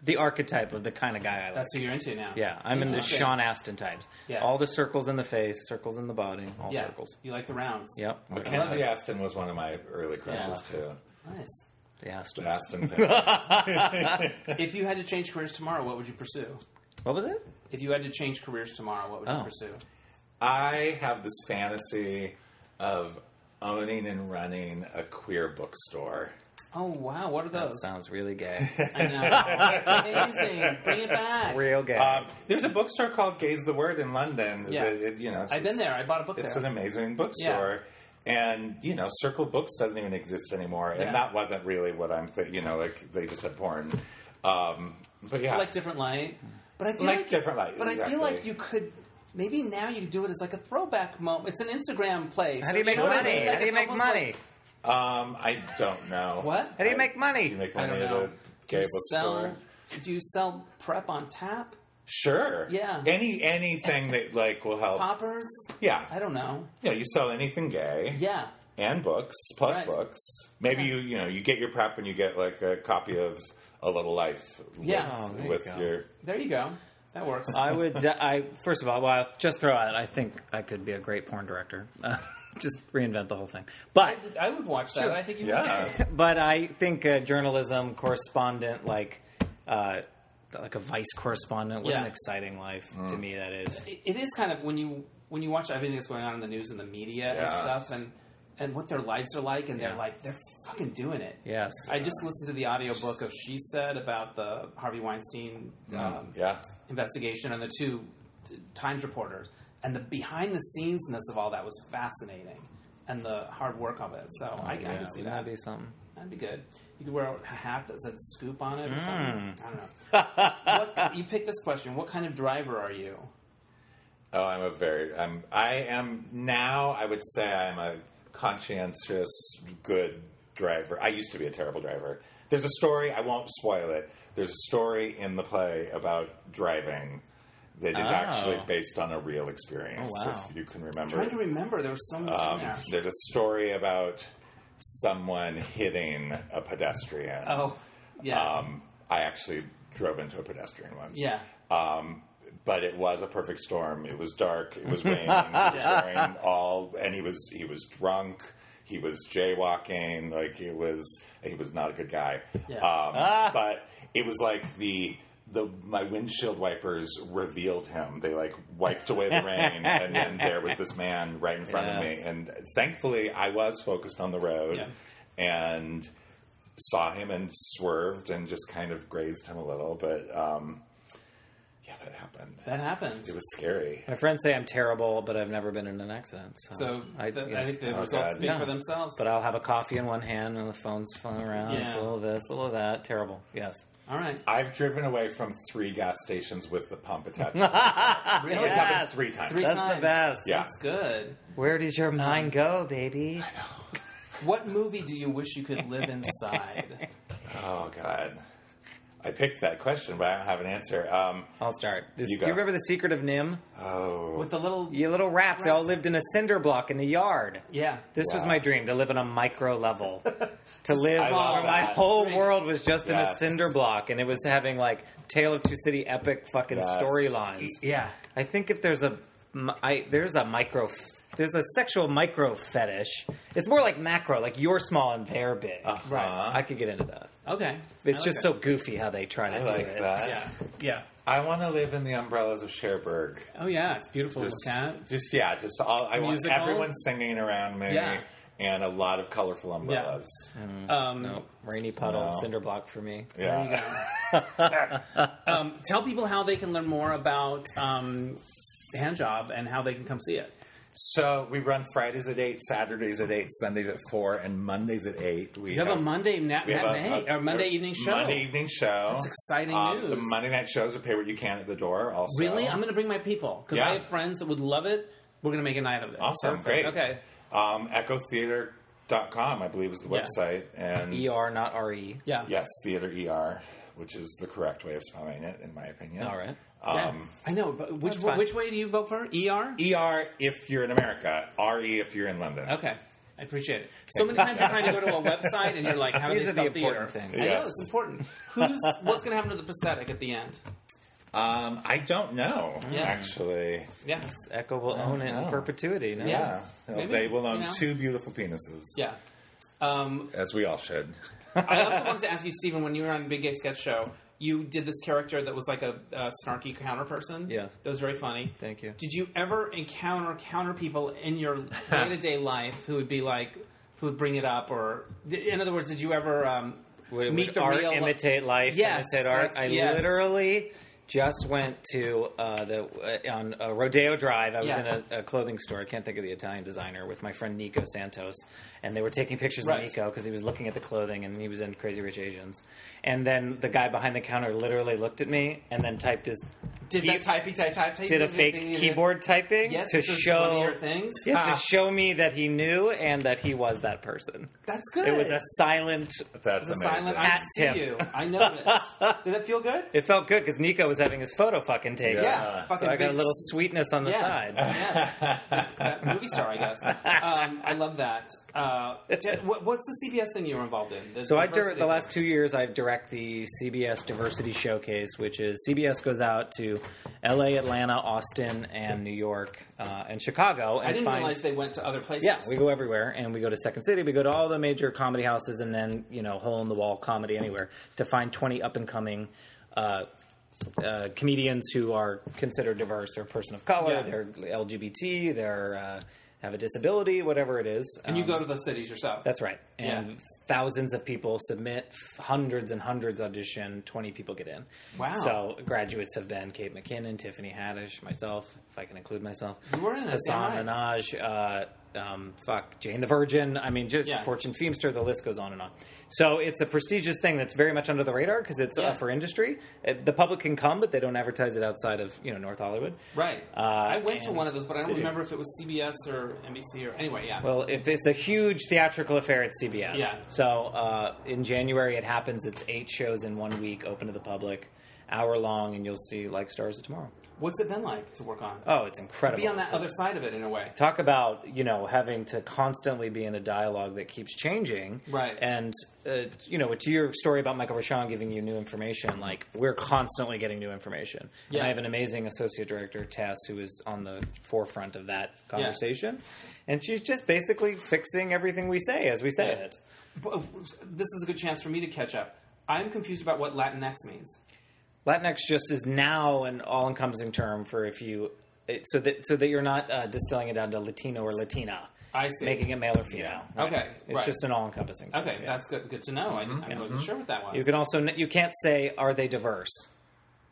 [SPEAKER 2] the archetype of the kind of guy I like.
[SPEAKER 1] That's who you're into now.
[SPEAKER 2] yeah, I'm into
[SPEAKER 1] Interesting.
[SPEAKER 2] Sean Astin types.
[SPEAKER 1] Yeah.
[SPEAKER 2] All the circles in the face, circles in the body, all
[SPEAKER 1] Yeah.
[SPEAKER 2] circles.
[SPEAKER 1] You like the rounds.
[SPEAKER 2] Yep.
[SPEAKER 3] Mackenzie Aston was one of my early crushes, too.
[SPEAKER 1] Nice.
[SPEAKER 2] The Astin.
[SPEAKER 1] [LAUGHS]
[SPEAKER 3] Aston.
[SPEAKER 1] If you had to change careers tomorrow, what would you pursue?
[SPEAKER 2] What was it?
[SPEAKER 1] If you had to change careers tomorrow, what would you
[SPEAKER 2] Oh.
[SPEAKER 1] pursue?
[SPEAKER 3] I have this fantasy of owning and running a queer bookstore.
[SPEAKER 1] Oh wow, what are those?
[SPEAKER 2] Sounds
[SPEAKER 1] [LAUGHS]
[SPEAKER 2] really gay.
[SPEAKER 1] I know. That's amazing. Bring it back.
[SPEAKER 2] Real gay.
[SPEAKER 3] Um, there's a bookstore called Gaze the Word in London.
[SPEAKER 1] Yeah.
[SPEAKER 3] that it- you know, it's
[SPEAKER 1] I've been
[SPEAKER 3] just-
[SPEAKER 1] there. I bought a book
[SPEAKER 3] It's
[SPEAKER 1] there.
[SPEAKER 3] an amazing bookstore. And you know, Circle Books doesn't even exist anymore,
[SPEAKER 1] Yeah.
[SPEAKER 3] and that wasn't really what I'm. Th- you know, like they just had porn, um, but yeah,
[SPEAKER 1] I like different light. But I feel
[SPEAKER 3] Like
[SPEAKER 1] like,
[SPEAKER 3] different light,
[SPEAKER 1] But I feel
[SPEAKER 3] exactly.
[SPEAKER 1] like you could maybe now you could do it as like a throwback moment. It's an Instagram place.
[SPEAKER 2] How do you make
[SPEAKER 1] know what I
[SPEAKER 2] money?
[SPEAKER 1] mean? Like,
[SPEAKER 2] How do you
[SPEAKER 1] it's
[SPEAKER 2] make
[SPEAKER 1] almost like-
[SPEAKER 2] money?
[SPEAKER 3] um, I don't know
[SPEAKER 1] What?
[SPEAKER 2] How do you
[SPEAKER 3] I-
[SPEAKER 2] make money?
[SPEAKER 3] You make
[SPEAKER 1] I
[SPEAKER 3] money
[SPEAKER 1] don't
[SPEAKER 3] at
[SPEAKER 1] know.
[SPEAKER 3] a gay
[SPEAKER 1] do you
[SPEAKER 3] bookstore.
[SPEAKER 1] sell? Do you sell prep on tap?
[SPEAKER 3] Sure.
[SPEAKER 1] Yeah.
[SPEAKER 3] Any anything that like will help.
[SPEAKER 1] Poppers?
[SPEAKER 3] Yeah.
[SPEAKER 1] I don't know.
[SPEAKER 3] Yeah, you sell anything gay.
[SPEAKER 1] Yeah.
[SPEAKER 3] and books plus
[SPEAKER 1] Right.
[SPEAKER 3] books. Maybe you you know you get your prep and you get like a copy of A Little Life.
[SPEAKER 1] Yeah. Oh,
[SPEAKER 3] with,
[SPEAKER 2] there you
[SPEAKER 3] with
[SPEAKER 2] go.
[SPEAKER 3] your
[SPEAKER 1] There you go. That works.
[SPEAKER 2] I would.
[SPEAKER 1] [LAUGHS]
[SPEAKER 2] de- I first of all, well, I'll just throw out. I think I could be a great porn director. [LAUGHS] just reinvent the whole thing. But
[SPEAKER 1] I would watch that. I think you would too. [LAUGHS]
[SPEAKER 3] yeah.
[SPEAKER 2] but I think a journalism correspondent, like uh, like a vice correspondent, what an
[SPEAKER 1] Yeah.
[SPEAKER 2] exciting life
[SPEAKER 3] Mm.
[SPEAKER 2] to me that is.
[SPEAKER 1] it it is kind of when you when you watch everything that's going on in the news and the media and
[SPEAKER 3] Yes.
[SPEAKER 1] stuff and and what their lives are like and they're
[SPEAKER 2] Yeah.
[SPEAKER 1] like they're fucking doing it
[SPEAKER 2] Yes.
[SPEAKER 1] i just listened to the audiobook of she said about the harvey weinstein
[SPEAKER 2] Mm,
[SPEAKER 1] um,
[SPEAKER 3] yeah.
[SPEAKER 1] investigation and the two t- times reporters and the behind the scenesness of all that was fascinating and the hard work of it so I, I
[SPEAKER 2] Oh, Yeah,
[SPEAKER 1] can see
[SPEAKER 2] wouldn't
[SPEAKER 1] that
[SPEAKER 2] that be something.
[SPEAKER 1] That'd be good. You could wear a hat that said "scoop" on it or
[SPEAKER 2] Mm.
[SPEAKER 1] something. I don't
[SPEAKER 2] [LAUGHS]
[SPEAKER 1] know. what, you pick this question. What kind of driver are you?
[SPEAKER 3] Oh, I'm a very I'm I am now. I would say I'm a conscientious good driver. I used to be a terrible driver. There's a story. I won't spoil it. There's a story in the play about driving that is actually based on a real experience.
[SPEAKER 1] Oh, wow.
[SPEAKER 3] If you can
[SPEAKER 1] I'm
[SPEAKER 3] remember,
[SPEAKER 1] trying to remember. There was so much in
[SPEAKER 3] um,
[SPEAKER 1] there.
[SPEAKER 3] there's a story about someone hitting a pedestrian.
[SPEAKER 1] Oh, yeah.
[SPEAKER 3] Um, I actually drove into a pedestrian once.
[SPEAKER 1] yeah.
[SPEAKER 3] Um, but it was a perfect storm. It was dark. It was raining. It was wearing all, and he was he was drunk. He was jaywalking. Like it was, he was not a good guy.
[SPEAKER 1] Yeah.
[SPEAKER 3] Um, But it was like the the my windshield wipers revealed him. They like wiped away the rain, and then there was this man right in front
[SPEAKER 2] Yes.
[SPEAKER 3] of me. And thankfully, I was focused on the road, and saw him and swerved and just kind of grazed him a little, but um, yeah, that happened.
[SPEAKER 1] That happened.
[SPEAKER 3] It was scary.
[SPEAKER 2] My friends say I'm terrible, but I've never been in an accident. So,
[SPEAKER 1] So
[SPEAKER 3] um,
[SPEAKER 2] I,
[SPEAKER 1] I, the, I
[SPEAKER 2] yes.
[SPEAKER 1] think the
[SPEAKER 3] Oh,
[SPEAKER 1] results
[SPEAKER 3] God,
[SPEAKER 1] speak
[SPEAKER 2] yeah.
[SPEAKER 1] for themselves.
[SPEAKER 2] But I'll have a coffee in one hand and the phone's flying around. It's
[SPEAKER 1] Yeah.
[SPEAKER 2] a little of this, a little of that. Terrible. Yes.
[SPEAKER 1] All right.
[SPEAKER 3] I've driven away from three gas stations with the pump
[SPEAKER 1] [LAUGHS]
[SPEAKER 3] attached. it's
[SPEAKER 2] Ah,
[SPEAKER 1] Really?
[SPEAKER 3] happened three times.
[SPEAKER 1] Three
[SPEAKER 2] That's
[SPEAKER 1] times.
[SPEAKER 2] the best.
[SPEAKER 3] Yeah.
[SPEAKER 1] That's good.
[SPEAKER 2] Where does your mind go, baby?
[SPEAKER 1] What movie do you wish you could live
[SPEAKER 2] [LAUGHS]
[SPEAKER 1] inside?
[SPEAKER 3] Oh God, I picked that question, but I don't have an answer. Um,
[SPEAKER 2] I'll start. This,
[SPEAKER 3] You
[SPEAKER 2] do you
[SPEAKER 3] go.
[SPEAKER 2] remember the secret of Nim?
[SPEAKER 3] oh,
[SPEAKER 1] With the little.
[SPEAKER 2] You little rats, they all lived in a cinder block in the yard.
[SPEAKER 1] Yeah.
[SPEAKER 2] This was
[SPEAKER 3] Wow.
[SPEAKER 2] my dream to live on a micro level. to live
[SPEAKER 3] I love
[SPEAKER 2] where my
[SPEAKER 3] that.
[SPEAKER 2] whole
[SPEAKER 1] Right.
[SPEAKER 2] world was just in a
[SPEAKER 3] Yes.
[SPEAKER 2] cinder block and it was having like Tale of Two City epic fucking
[SPEAKER 3] Yes.
[SPEAKER 2] storylines.
[SPEAKER 1] Yeah.
[SPEAKER 2] I think if there's a m- I, there's a micro there's a sexual micro fetish. It's more like macro, like you're small and they're big.
[SPEAKER 3] Right.
[SPEAKER 2] I could get into that.
[SPEAKER 1] Okay. I
[SPEAKER 2] It's
[SPEAKER 1] like
[SPEAKER 2] just
[SPEAKER 1] it.
[SPEAKER 2] so goofy how they try to
[SPEAKER 3] I
[SPEAKER 2] do
[SPEAKER 3] like
[SPEAKER 2] it.
[SPEAKER 3] that.
[SPEAKER 1] Yeah. Yeah.
[SPEAKER 3] I want to live in the umbrellas of Cherbourg.
[SPEAKER 1] Oh yeah, it's beautiful to
[SPEAKER 3] Just,
[SPEAKER 1] look at.
[SPEAKER 3] just yeah, just all. I want
[SPEAKER 1] Musical?
[SPEAKER 3] everyone singing around me,
[SPEAKER 1] Yeah.
[SPEAKER 3] and a lot of colorful umbrellas.
[SPEAKER 1] Um,
[SPEAKER 2] Mm, No, rainy puddle,
[SPEAKER 3] No.
[SPEAKER 2] cinder block for me.
[SPEAKER 3] Yeah.
[SPEAKER 2] [LAUGHS]
[SPEAKER 1] um, tell people how they can learn more about um, Handjob and how they can come see it.
[SPEAKER 3] So we run Fridays at eight, Saturdays at eight, Sundays at four, and Mondays at eight. We
[SPEAKER 1] You have a Monday na-
[SPEAKER 3] we have
[SPEAKER 1] matinee
[SPEAKER 3] a-
[SPEAKER 1] or Monday evening show.
[SPEAKER 3] Monday evening show. That's
[SPEAKER 1] exciting
[SPEAKER 3] The
[SPEAKER 1] news.
[SPEAKER 3] Monday night shows are pay what you can at the door. Also,
[SPEAKER 1] Really, I'm going to bring my people because
[SPEAKER 3] Yeah.
[SPEAKER 1] I have friends that would love it. We're going to make a night of it.
[SPEAKER 3] awesome,
[SPEAKER 1] Perfect.
[SPEAKER 3] great.
[SPEAKER 1] Okay.
[SPEAKER 3] um, EchoTheater.com, I believe, is the
[SPEAKER 1] Yeah. E
[SPEAKER 3] website, and
[SPEAKER 2] ER, not RE.
[SPEAKER 1] Yeah.
[SPEAKER 3] yes, theater er, which is the correct way of spelling it, in my opinion.
[SPEAKER 2] All right.
[SPEAKER 1] Yeah.
[SPEAKER 3] Um,
[SPEAKER 1] I know, but which
[SPEAKER 2] That's fine.
[SPEAKER 1] which way do you vote for? ER.
[SPEAKER 3] ER if you're in America, RE if you're in London.
[SPEAKER 1] Okay. I appreciate it. So many times you're trying to go to a website and you're like, how do
[SPEAKER 2] These
[SPEAKER 1] they
[SPEAKER 2] are the
[SPEAKER 1] spell theater?
[SPEAKER 2] important things.
[SPEAKER 1] I know
[SPEAKER 3] Yes.
[SPEAKER 1] it's important. Who's [LAUGHS] what's going to happen to the pathetic at the end?
[SPEAKER 3] Um, I don't know,
[SPEAKER 1] Yeah.
[SPEAKER 3] actually.
[SPEAKER 1] Yeah.
[SPEAKER 2] Echo will own it in
[SPEAKER 3] know.
[SPEAKER 2] perpetuity. No?
[SPEAKER 1] Yeah.
[SPEAKER 3] Yeah.
[SPEAKER 1] Maybe,
[SPEAKER 3] They will own
[SPEAKER 1] you know.
[SPEAKER 3] two beautiful penises.
[SPEAKER 1] Yeah. Um,
[SPEAKER 3] As we all should.
[SPEAKER 1] I also wanted to ask you, Stephen, when you were on Big Gay Sketch Show, you did this character that was like a, a snarky counter person.
[SPEAKER 2] Yes.
[SPEAKER 1] That was very funny.
[SPEAKER 2] Thank you.
[SPEAKER 1] Did you ever encounter counter people in
[SPEAKER 2] [LAUGHS]
[SPEAKER 1] your day to day life who would be like, who would bring it up? Or, in other words, did you ever um,
[SPEAKER 2] Would,
[SPEAKER 1] meet
[SPEAKER 2] would
[SPEAKER 1] the
[SPEAKER 2] art
[SPEAKER 1] real.
[SPEAKER 2] imitate life?
[SPEAKER 1] Yes,
[SPEAKER 2] imitate art.
[SPEAKER 1] that's-
[SPEAKER 2] I
[SPEAKER 1] yes.
[SPEAKER 2] literally just went to uh, the uh, on uh, Rodeo Drive. I was
[SPEAKER 1] Yeah.
[SPEAKER 2] in a, a clothing store. I can't think of the Italian designer with my friend Nico Santos, and they were taking pictures
[SPEAKER 1] Right.
[SPEAKER 2] of Nico because he was looking at the clothing and he was in Crazy Rich Asians. And then the guy behind the counter literally looked at me and then typed his
[SPEAKER 1] did
[SPEAKER 2] key-
[SPEAKER 1] that typey type type type?
[SPEAKER 2] did a fake keyboard typing
[SPEAKER 1] Yes,
[SPEAKER 2] to
[SPEAKER 1] this is one of
[SPEAKER 2] show.
[SPEAKER 1] your things.
[SPEAKER 2] Yeah,
[SPEAKER 1] Ah,
[SPEAKER 2] to show me that he knew and that he was that person.
[SPEAKER 1] that's good.
[SPEAKER 2] It was a silent
[SPEAKER 3] That's
[SPEAKER 1] The
[SPEAKER 3] amazing.
[SPEAKER 1] silent. I
[SPEAKER 2] At
[SPEAKER 1] see
[SPEAKER 2] tip.
[SPEAKER 1] you.
[SPEAKER 2] [LAUGHS]
[SPEAKER 1] I noticed. did it feel good?
[SPEAKER 2] It felt good because Nico was having his photo fucking taken.
[SPEAKER 1] Yeah. Uh,
[SPEAKER 3] Yeah.
[SPEAKER 1] fucking
[SPEAKER 2] So I got a
[SPEAKER 1] big
[SPEAKER 2] little sweetness [LAUGHS] on the
[SPEAKER 1] yeah.
[SPEAKER 2] side.
[SPEAKER 1] Yeah. that movie star, I
[SPEAKER 2] [LAUGHS]
[SPEAKER 1] guess. Um, I love that. Uh, t- what, what's the CBS thing you were involved in? The
[SPEAKER 2] So I dir-
[SPEAKER 1] diversity
[SPEAKER 2] the last
[SPEAKER 1] thing.
[SPEAKER 2] two years I've direct the CBS Diversity Showcase, which is CBS goes out to L.A., Atlanta, Austin, and New York uh, and Chicago. And
[SPEAKER 1] I didn't
[SPEAKER 2] find-
[SPEAKER 1] realize they went to other places.
[SPEAKER 2] Yeah, we go everywhere, and we go to Second City. We go to all the major comedy houses, and then you know, hole in the wall comedy anywhere to find twenty up and coming uh, uh, comedians who are considered diverse or person of color.
[SPEAKER 1] Yeah.
[SPEAKER 2] They're LGBT. They're uh, have a disability, whatever it is.
[SPEAKER 1] and you go to the cities yourself.
[SPEAKER 2] um, That's right. And
[SPEAKER 1] Yeah.
[SPEAKER 2] thousands of people submit, f- hundreds and hundreds audition, 20 people get in.
[SPEAKER 1] Wow.
[SPEAKER 2] So graduates have been Kate McKinnon, Tiffany Haddish, myself, if I can include myself.
[SPEAKER 1] You were in it,
[SPEAKER 2] Hassan
[SPEAKER 1] damn
[SPEAKER 2] Minaj, uh, um, fuck, Jane the Virgin. I mean, just
[SPEAKER 1] Yeah.
[SPEAKER 2] Fortune Feemster, the list goes on and on. So it's a prestigious thing that's very much under the radar because it's
[SPEAKER 1] Yeah.
[SPEAKER 2] uh, for industry. Uh, the public can come, but they don't advertise it outside of, you know, North Hollywood.
[SPEAKER 1] right.
[SPEAKER 2] Uh,
[SPEAKER 1] I went to
[SPEAKER 2] and-
[SPEAKER 1] one of those, but I don't remember if it was CBS or NBC or anyway. Yeah.
[SPEAKER 2] Well, if it's a huge theatrical affair at CBS.
[SPEAKER 1] Yeah.
[SPEAKER 2] So uh, in January it happens. It's eight shows in one week, open to the public, hour long, and you'll see like stars of tomorrow.
[SPEAKER 1] What's it been like to work on?
[SPEAKER 2] Oh, it's incredible.
[SPEAKER 1] Be on that
[SPEAKER 2] It's-
[SPEAKER 1] other side of it in a way.
[SPEAKER 2] talk about you know having to constantly be in a dialogue that keeps changing
[SPEAKER 1] Right.
[SPEAKER 2] and uh, you know to your story about michael rashawn giving you new information like we're constantly getting new information
[SPEAKER 1] Yeah.
[SPEAKER 2] and i have an amazing associate director tess who is on the forefront of that conversation and she's just basically fixing everything we say as we say
[SPEAKER 1] Yeah.
[SPEAKER 2] it
[SPEAKER 1] But uh, This is a good chance for me to catch up. I'm confused about what Latinx means.
[SPEAKER 2] Latinx just is now an all-encompassing term for if you it, so that so that you're not uh, distilling it down to Latino or Latina.
[SPEAKER 1] I see.
[SPEAKER 2] making it male or female. Right.
[SPEAKER 1] Okay,
[SPEAKER 2] it's
[SPEAKER 1] right.
[SPEAKER 2] just an all-encompassing. Term,
[SPEAKER 1] Okay,
[SPEAKER 2] yeah. Mm-hmm,
[SPEAKER 1] that's good. Good to know. I, didn't, I wasn't sure what that was.
[SPEAKER 2] you can also n- you can't say are they diverse. [LAUGHS]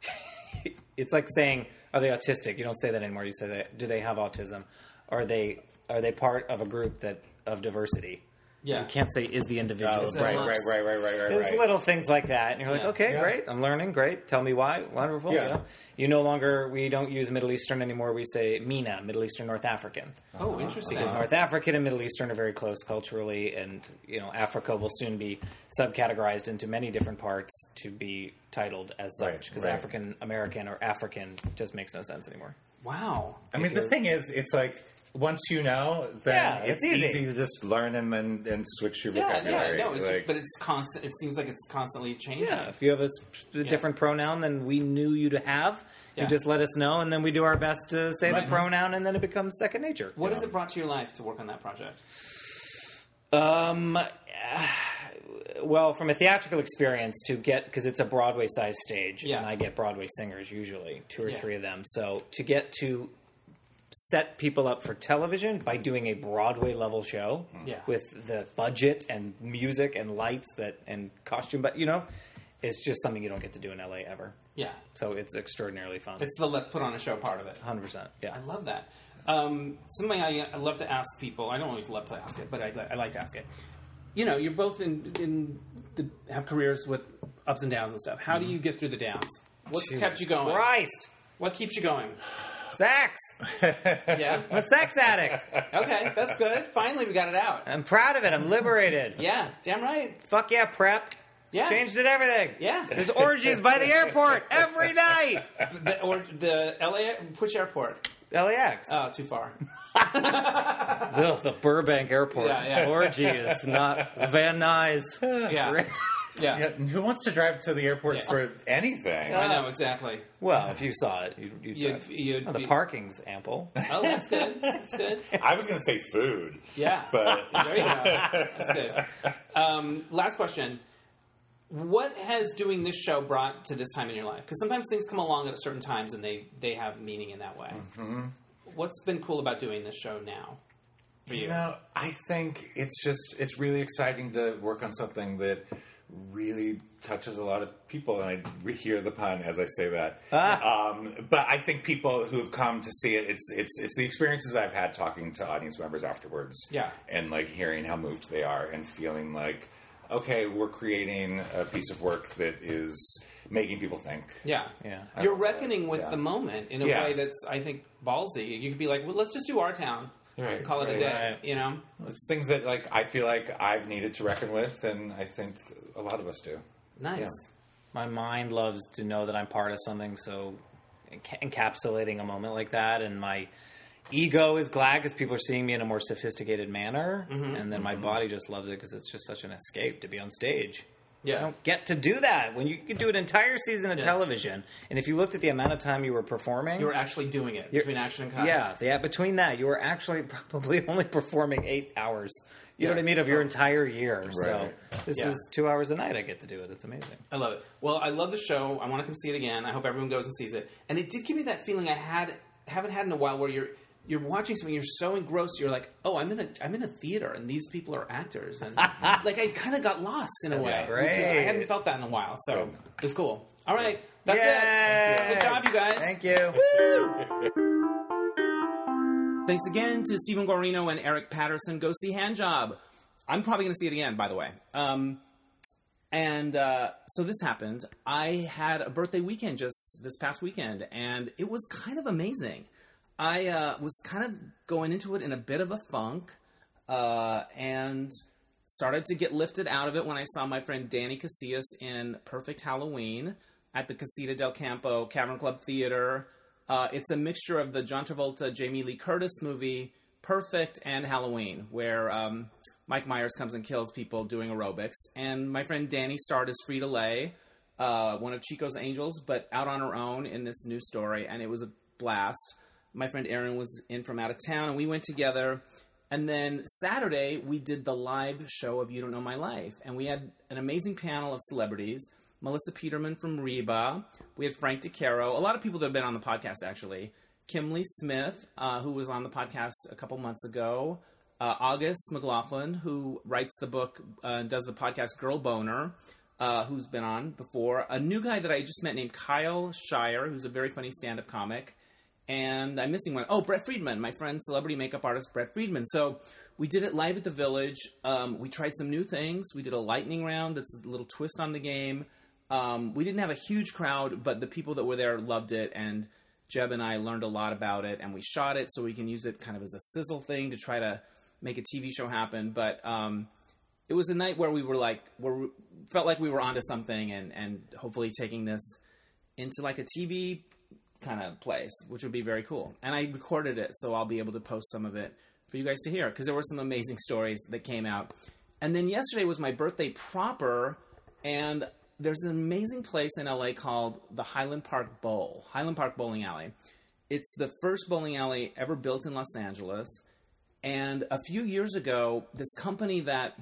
[SPEAKER 2] it's like saying are they autistic. You don't say that anymore. You say that do they have autism? Are they are they part of a group that of diversity?
[SPEAKER 1] yeah.
[SPEAKER 2] You can't say is the individual.
[SPEAKER 3] Oh, right, right, right, right, right, right,
[SPEAKER 2] There's
[SPEAKER 3] right.
[SPEAKER 2] little things like that, and you're like,
[SPEAKER 1] Yeah.
[SPEAKER 2] okay,
[SPEAKER 3] Yeah.
[SPEAKER 2] great, I'm learning, great. Tell me why, wonderful.
[SPEAKER 3] Yeah.
[SPEAKER 2] You, know? you no longer we don't use Middle Eastern anymore. We say MENA, Middle Eastern North African,
[SPEAKER 1] oh, interesting.
[SPEAKER 2] because Uh, North African and Middle Eastern are very close culturally, and you know Africa will soon be subcategorized into many different parts to be titled as
[SPEAKER 3] Right,
[SPEAKER 2] such. Because
[SPEAKER 3] right.
[SPEAKER 2] African American or African just makes no sense anymore.
[SPEAKER 1] Wow.
[SPEAKER 3] I mean, the
[SPEAKER 2] you're-
[SPEAKER 3] thing is, it's like once you know, then
[SPEAKER 2] Yeah,
[SPEAKER 3] it's,
[SPEAKER 2] it's
[SPEAKER 3] easy.
[SPEAKER 2] easy.
[SPEAKER 3] to just learn and then and switch your
[SPEAKER 1] Yeah, yeah,
[SPEAKER 3] vocabulary.
[SPEAKER 1] no, it's just-
[SPEAKER 3] like-
[SPEAKER 1] but it's constant. It seems like it's constantly changing.
[SPEAKER 2] Yeah, if you have a, sp- a different pronoun than we knew you to have,
[SPEAKER 1] Yeah.
[SPEAKER 2] you just let us know, and then we do our best to say
[SPEAKER 1] Right.
[SPEAKER 2] the pronoun, and then it becomes second nature.
[SPEAKER 1] What
[SPEAKER 2] you
[SPEAKER 1] has
[SPEAKER 2] know?
[SPEAKER 1] it brought to your life to work on that project?
[SPEAKER 2] Um, well, from a theatrical experience, to get because it's a Broadway sized stage,
[SPEAKER 1] Yeah.
[SPEAKER 2] and I get Broadway singers usually two or
[SPEAKER 1] Yeah.
[SPEAKER 2] three of them. So to get to set people up for television by doing a Broadway level show
[SPEAKER 1] Yeah.
[SPEAKER 2] with the budget and music and lights that and costume, but you know, it's just something you don't get to do in LA ever.
[SPEAKER 1] Yeah,
[SPEAKER 2] So it's extraordinarily fun.
[SPEAKER 1] it's the let's put on a show part of it.
[SPEAKER 2] hundred percent. Yeah.
[SPEAKER 1] I love that. Um, something I, I love to ask people. I don't always love to ask it, but I, li- I like to ask it. You know, you're both in in the, have careers with ups and downs and stuff. How
[SPEAKER 2] Mm-hmm.
[SPEAKER 1] do you get through the downs? What's kept you going?
[SPEAKER 2] Christ,
[SPEAKER 1] What keeps you
[SPEAKER 2] [LAUGHS]
[SPEAKER 1] going?
[SPEAKER 2] sex.
[SPEAKER 1] Yeah.
[SPEAKER 2] I'm a sex addict.
[SPEAKER 1] okay, that's good. Finally, we got it out.
[SPEAKER 2] I'm proud of it. I'm liberated.
[SPEAKER 1] [LAUGHS] Yeah. Damn right.
[SPEAKER 2] Fuck yeah, prep.
[SPEAKER 1] Yeah.
[SPEAKER 2] Changed it everything.
[SPEAKER 1] Yeah.
[SPEAKER 2] There's orgies by the airport every night.
[SPEAKER 1] The, or the LA, which airport?
[SPEAKER 2] LAX.
[SPEAKER 1] Oh, too
[SPEAKER 2] [LAUGHS]
[SPEAKER 1] far.
[SPEAKER 2] Ugh, Uh, the Burbank airport.
[SPEAKER 1] Yeah, yeah.
[SPEAKER 2] Orgy is not Van Nuys.
[SPEAKER 1] Yeah. Yeah.
[SPEAKER 3] Yeah, and who wants to drive to the airport
[SPEAKER 1] Yeah.
[SPEAKER 3] for anything?
[SPEAKER 1] I know exactly.
[SPEAKER 2] [LAUGHS] Well, if you saw it, you'd, you'd
[SPEAKER 1] You'd-
[SPEAKER 2] drive.
[SPEAKER 1] you'd
[SPEAKER 2] Oh, the
[SPEAKER 1] be-
[SPEAKER 2] parking's ample.
[SPEAKER 1] Oh, that's good. That's
[SPEAKER 2] [LAUGHS]
[SPEAKER 1] good.
[SPEAKER 3] I was going to say food,
[SPEAKER 1] Yeah.
[SPEAKER 3] [LAUGHS] but
[SPEAKER 1] There you go. That's good. Um, last question. What has doing this show brought to this time in your life? Because sometimes things come along at certain times and they, they have meaning in that way.
[SPEAKER 3] Mm-hmm.
[SPEAKER 1] What's been cool about doing this show now for you?
[SPEAKER 3] you know, I think it's just it's really exciting to work on something that really touches a lot of people, and I re- hear the pun as I say that.
[SPEAKER 2] Ah.
[SPEAKER 3] Um, but I think people who've come to see it, it's it's it's the experiences I've had talking to audience members afterwards,
[SPEAKER 1] Yeah.
[SPEAKER 3] and like hearing how moved they are and feeling like. Okay, we're creating a piece of work that is making people think.
[SPEAKER 1] Yeah.
[SPEAKER 2] Yeah.
[SPEAKER 1] You're reckoning with
[SPEAKER 3] Yeah.
[SPEAKER 1] the moment in a
[SPEAKER 3] Yeah.
[SPEAKER 1] way that's, I think, ballsy. You could be like, well, let's just do our town.
[SPEAKER 3] Right,
[SPEAKER 1] Call it a
[SPEAKER 3] right,
[SPEAKER 1] day.
[SPEAKER 2] right.
[SPEAKER 1] You know?
[SPEAKER 3] It's things that like I feel like I've needed to reckon with, and I think a lot of us do.
[SPEAKER 1] Nice.
[SPEAKER 2] My mind loves to know that I'm part of something, so enca- encapsulating a moment like that, and my ego is glad because people are seeing me in a more sophisticated manner,
[SPEAKER 1] Mm-hmm.
[SPEAKER 2] and then my body just loves it because it's just such an escape to be on stage.
[SPEAKER 1] Yeah.
[SPEAKER 2] I don't get to do that when you could do an entire season of television. And if you looked at the amount of time you were performing,
[SPEAKER 1] You were actually doing it between action and comedy.
[SPEAKER 2] yeah, yeah, between that, you were actually [LAUGHS] probably only performing eight hours. You know
[SPEAKER 1] Yeah.
[SPEAKER 2] what I mean of your entire year. So
[SPEAKER 3] Right.
[SPEAKER 2] this
[SPEAKER 1] Yeah.
[SPEAKER 2] is two hours a night. I get to do it. It's amazing.
[SPEAKER 1] I love it. Well, I love the show. I want to come see it again. I hope everyone goes and sees it. And it did give me that feeling I had haven't had in a while, where you're you're watching something, you're so engrossed, you're like, oh, I'm in a I'm in a theater, and these people are actors,
[SPEAKER 2] [LAUGHS]
[SPEAKER 1] and like I kind of got lost in a way.
[SPEAKER 2] great.
[SPEAKER 1] which is- I hadn't felt that in a while, so
[SPEAKER 3] Good.
[SPEAKER 1] it was cool. All right, that's
[SPEAKER 2] Yay!
[SPEAKER 1] it. Good job, you guys.
[SPEAKER 2] Thank you.
[SPEAKER 5] Thanks again to Stephen Guarino and Eric Patterson. Go see Handjob. I'm probably going to see it again, by the way. Um, and uh, so this happened. I had a birthday weekend just this past weekend, and it was kind of amazing. I uh, was kind of going into it in a bit of a funk, uh, and started to get lifted out of it when I saw my friend Danny Casillas in Perfect Halloween.
[SPEAKER 1] at the Casita del Campo Cavern Club Theater. Uh, it's a mixture of the John Travolta, Jamie Lee Curtis movie Perfect and Halloween, where um, Mike Myers comes and kills people doing aerobics. And my friend Danny starred as Frida Lay, uh, one of Chico's angels, but out on her own in this new story, and it was a blast. My friend Aaron was in from out of town, and we went together. And then Saturday, we did the live show of You Don't Know My Life. And we had an amazing panel of celebrities Melissa Peterman from Reba. We had Frank DeCaro, a lot of people that have been on the podcast, actually. Kimley Smith, uh, who was on the podcast a couple months ago. Uh, August McLaughlin, who writes the book, uh, does the podcast Girl Boner, uh, who's been on before. A new guy that I just met named Kyle Shire, who's a very funny stand up comic and I'm missing one. Oh, Brett Friedman, my friend, celebrity makeup artist Brett Friedman. So we did it live at the Village. Um, we tried some new things. We did a lightning round that's a little twist on the game. Um, we didn't have a huge crowd, but the people that were there loved it, and Jeb and I learned a lot about it, and we shot it so we can use it kind of as a sizzle thing to try to make a TV show happen. But um, it was a night where we were like, where we felt like we were onto something, and and hopefully taking this into like a TV kind of place, which would be very cool. And I recorded it, so I'll be able to post some of it for you guys to hear because there were some amazing stories that came out. And then yesterday was my birthday proper, and there's an amazing place in LA called the Highland Park Bowl, Highland Park Bowling Alley. It's the first bowling alley ever built in Los Angeles. And a few years ago, this company that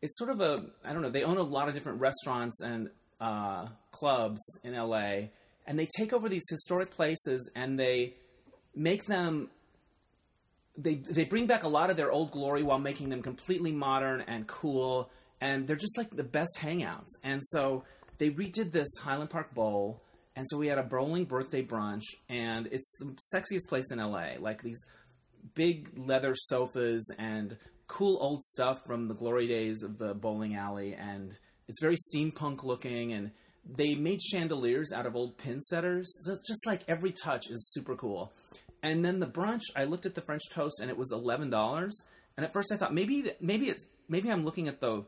[SPEAKER 1] it's sort of a I don't know. They own a lot of different restaurants and uh, clubs in LA, and they take over these historic places and they make them. They they bring back a lot of their old glory while making them completely modern and cool, and they're just like the best hangouts. And so they redid this Highland Park Bowl. And so we had a bowling birthday brunch, and it's the sexiest place in LA. Like these big leather sofas and cool old stuff from the glory days of the bowling alley and it's very steampunk looking and they made chandeliers out of old pin setters So it's just like every touch is super cool and then the brunch i looked at the french toast and it was $11 and at first i thought maybe maybe it maybe i'm looking at the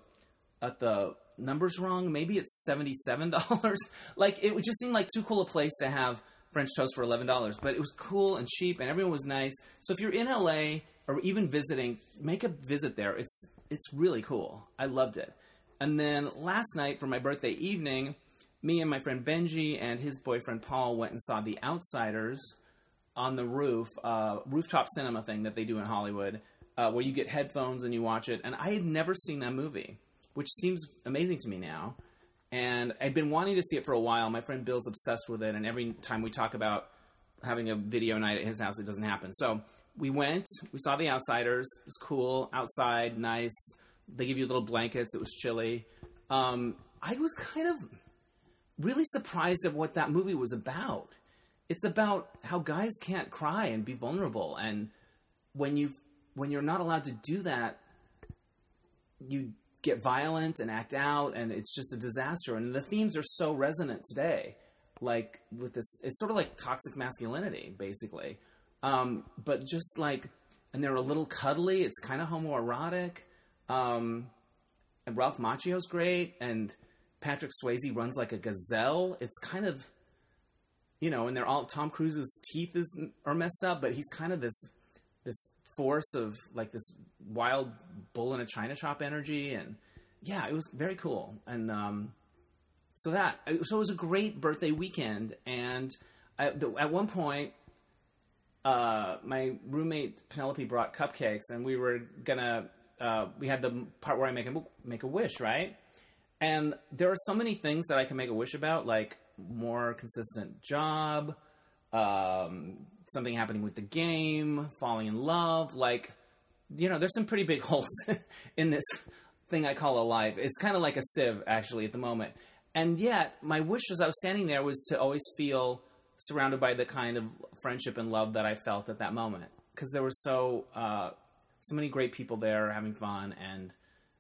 [SPEAKER 1] at the numbers wrong. Maybe it's seventy seven dollars. [LAUGHS] like it would just seem like too cool a place to have French toast for eleven dollars. But it was cool and cheap, and everyone was nice. So if you're in LA or even visiting, make a visit there. It's it's really cool. I loved it. And then last night for my birthday evening, me and my friend Benji and his boyfriend Paul went and saw The Outsiders on the roof, uh, rooftop cinema thing that they do in Hollywood, uh, where you get headphones and you watch it. And I had never seen that movie, which seems amazing to me now. And I'd been wanting to see it for a while. My friend Bill's obsessed with it, and every time we talk about having a video night at his house, it doesn't happen. So we went, we saw The Outsiders. It was cool outside, nice. They give you little blankets. It was chilly. Um, I was kind of really surprised at what that movie was about. It's about how guys can't cry and be vulnerable, and when you when you're not allowed to do that, you get violent and act out, and it's just a disaster. And the themes are so resonant today, like with this, it's sort of like toxic masculinity, basically. Um, but just like, and they're a little cuddly. It's kind of homoerotic. Um, and Ralph Macchio's great, and Patrick Swayze runs like a gazelle. It's kind of, you know, and they're all Tom Cruise's teeth is are messed up, but he's kind of this this force of like this wild bull in a china shop energy, and yeah, it was very cool. And um, so that so it was a great birthday weekend, and I, the, at one point uh, my roommate Penelope brought cupcakes, and we were gonna. Uh, we had the part where I make a make a wish, right? And there are so many things that I can make a wish about, like more consistent job, um, something happening with the game, falling in love. Like, you know, there's some pretty big [LAUGHS] holes in this thing I call a life. It's kind of like a sieve, actually, at the moment. And yet, my wish as I was standing there was to always feel surrounded by the kind of friendship and love that I felt at that moment because there were so uh, so many great people there having fun, and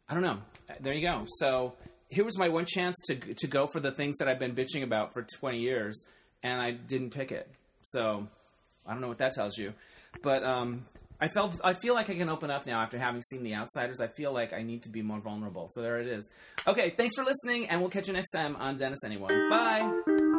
[SPEAKER 1] I don't know. Uh, There you go. So here was my one chance to to go for the things that I've been bitching about for 20 years, and I didn't pick it. So I don't know what that tells you, but um, I felt I feel like I can open up now after having seen The Outsiders. I feel like I need to be more vulnerable. So there it is. Okay, thanks for listening, and we'll catch you next time on Dennis Anyone. Bye.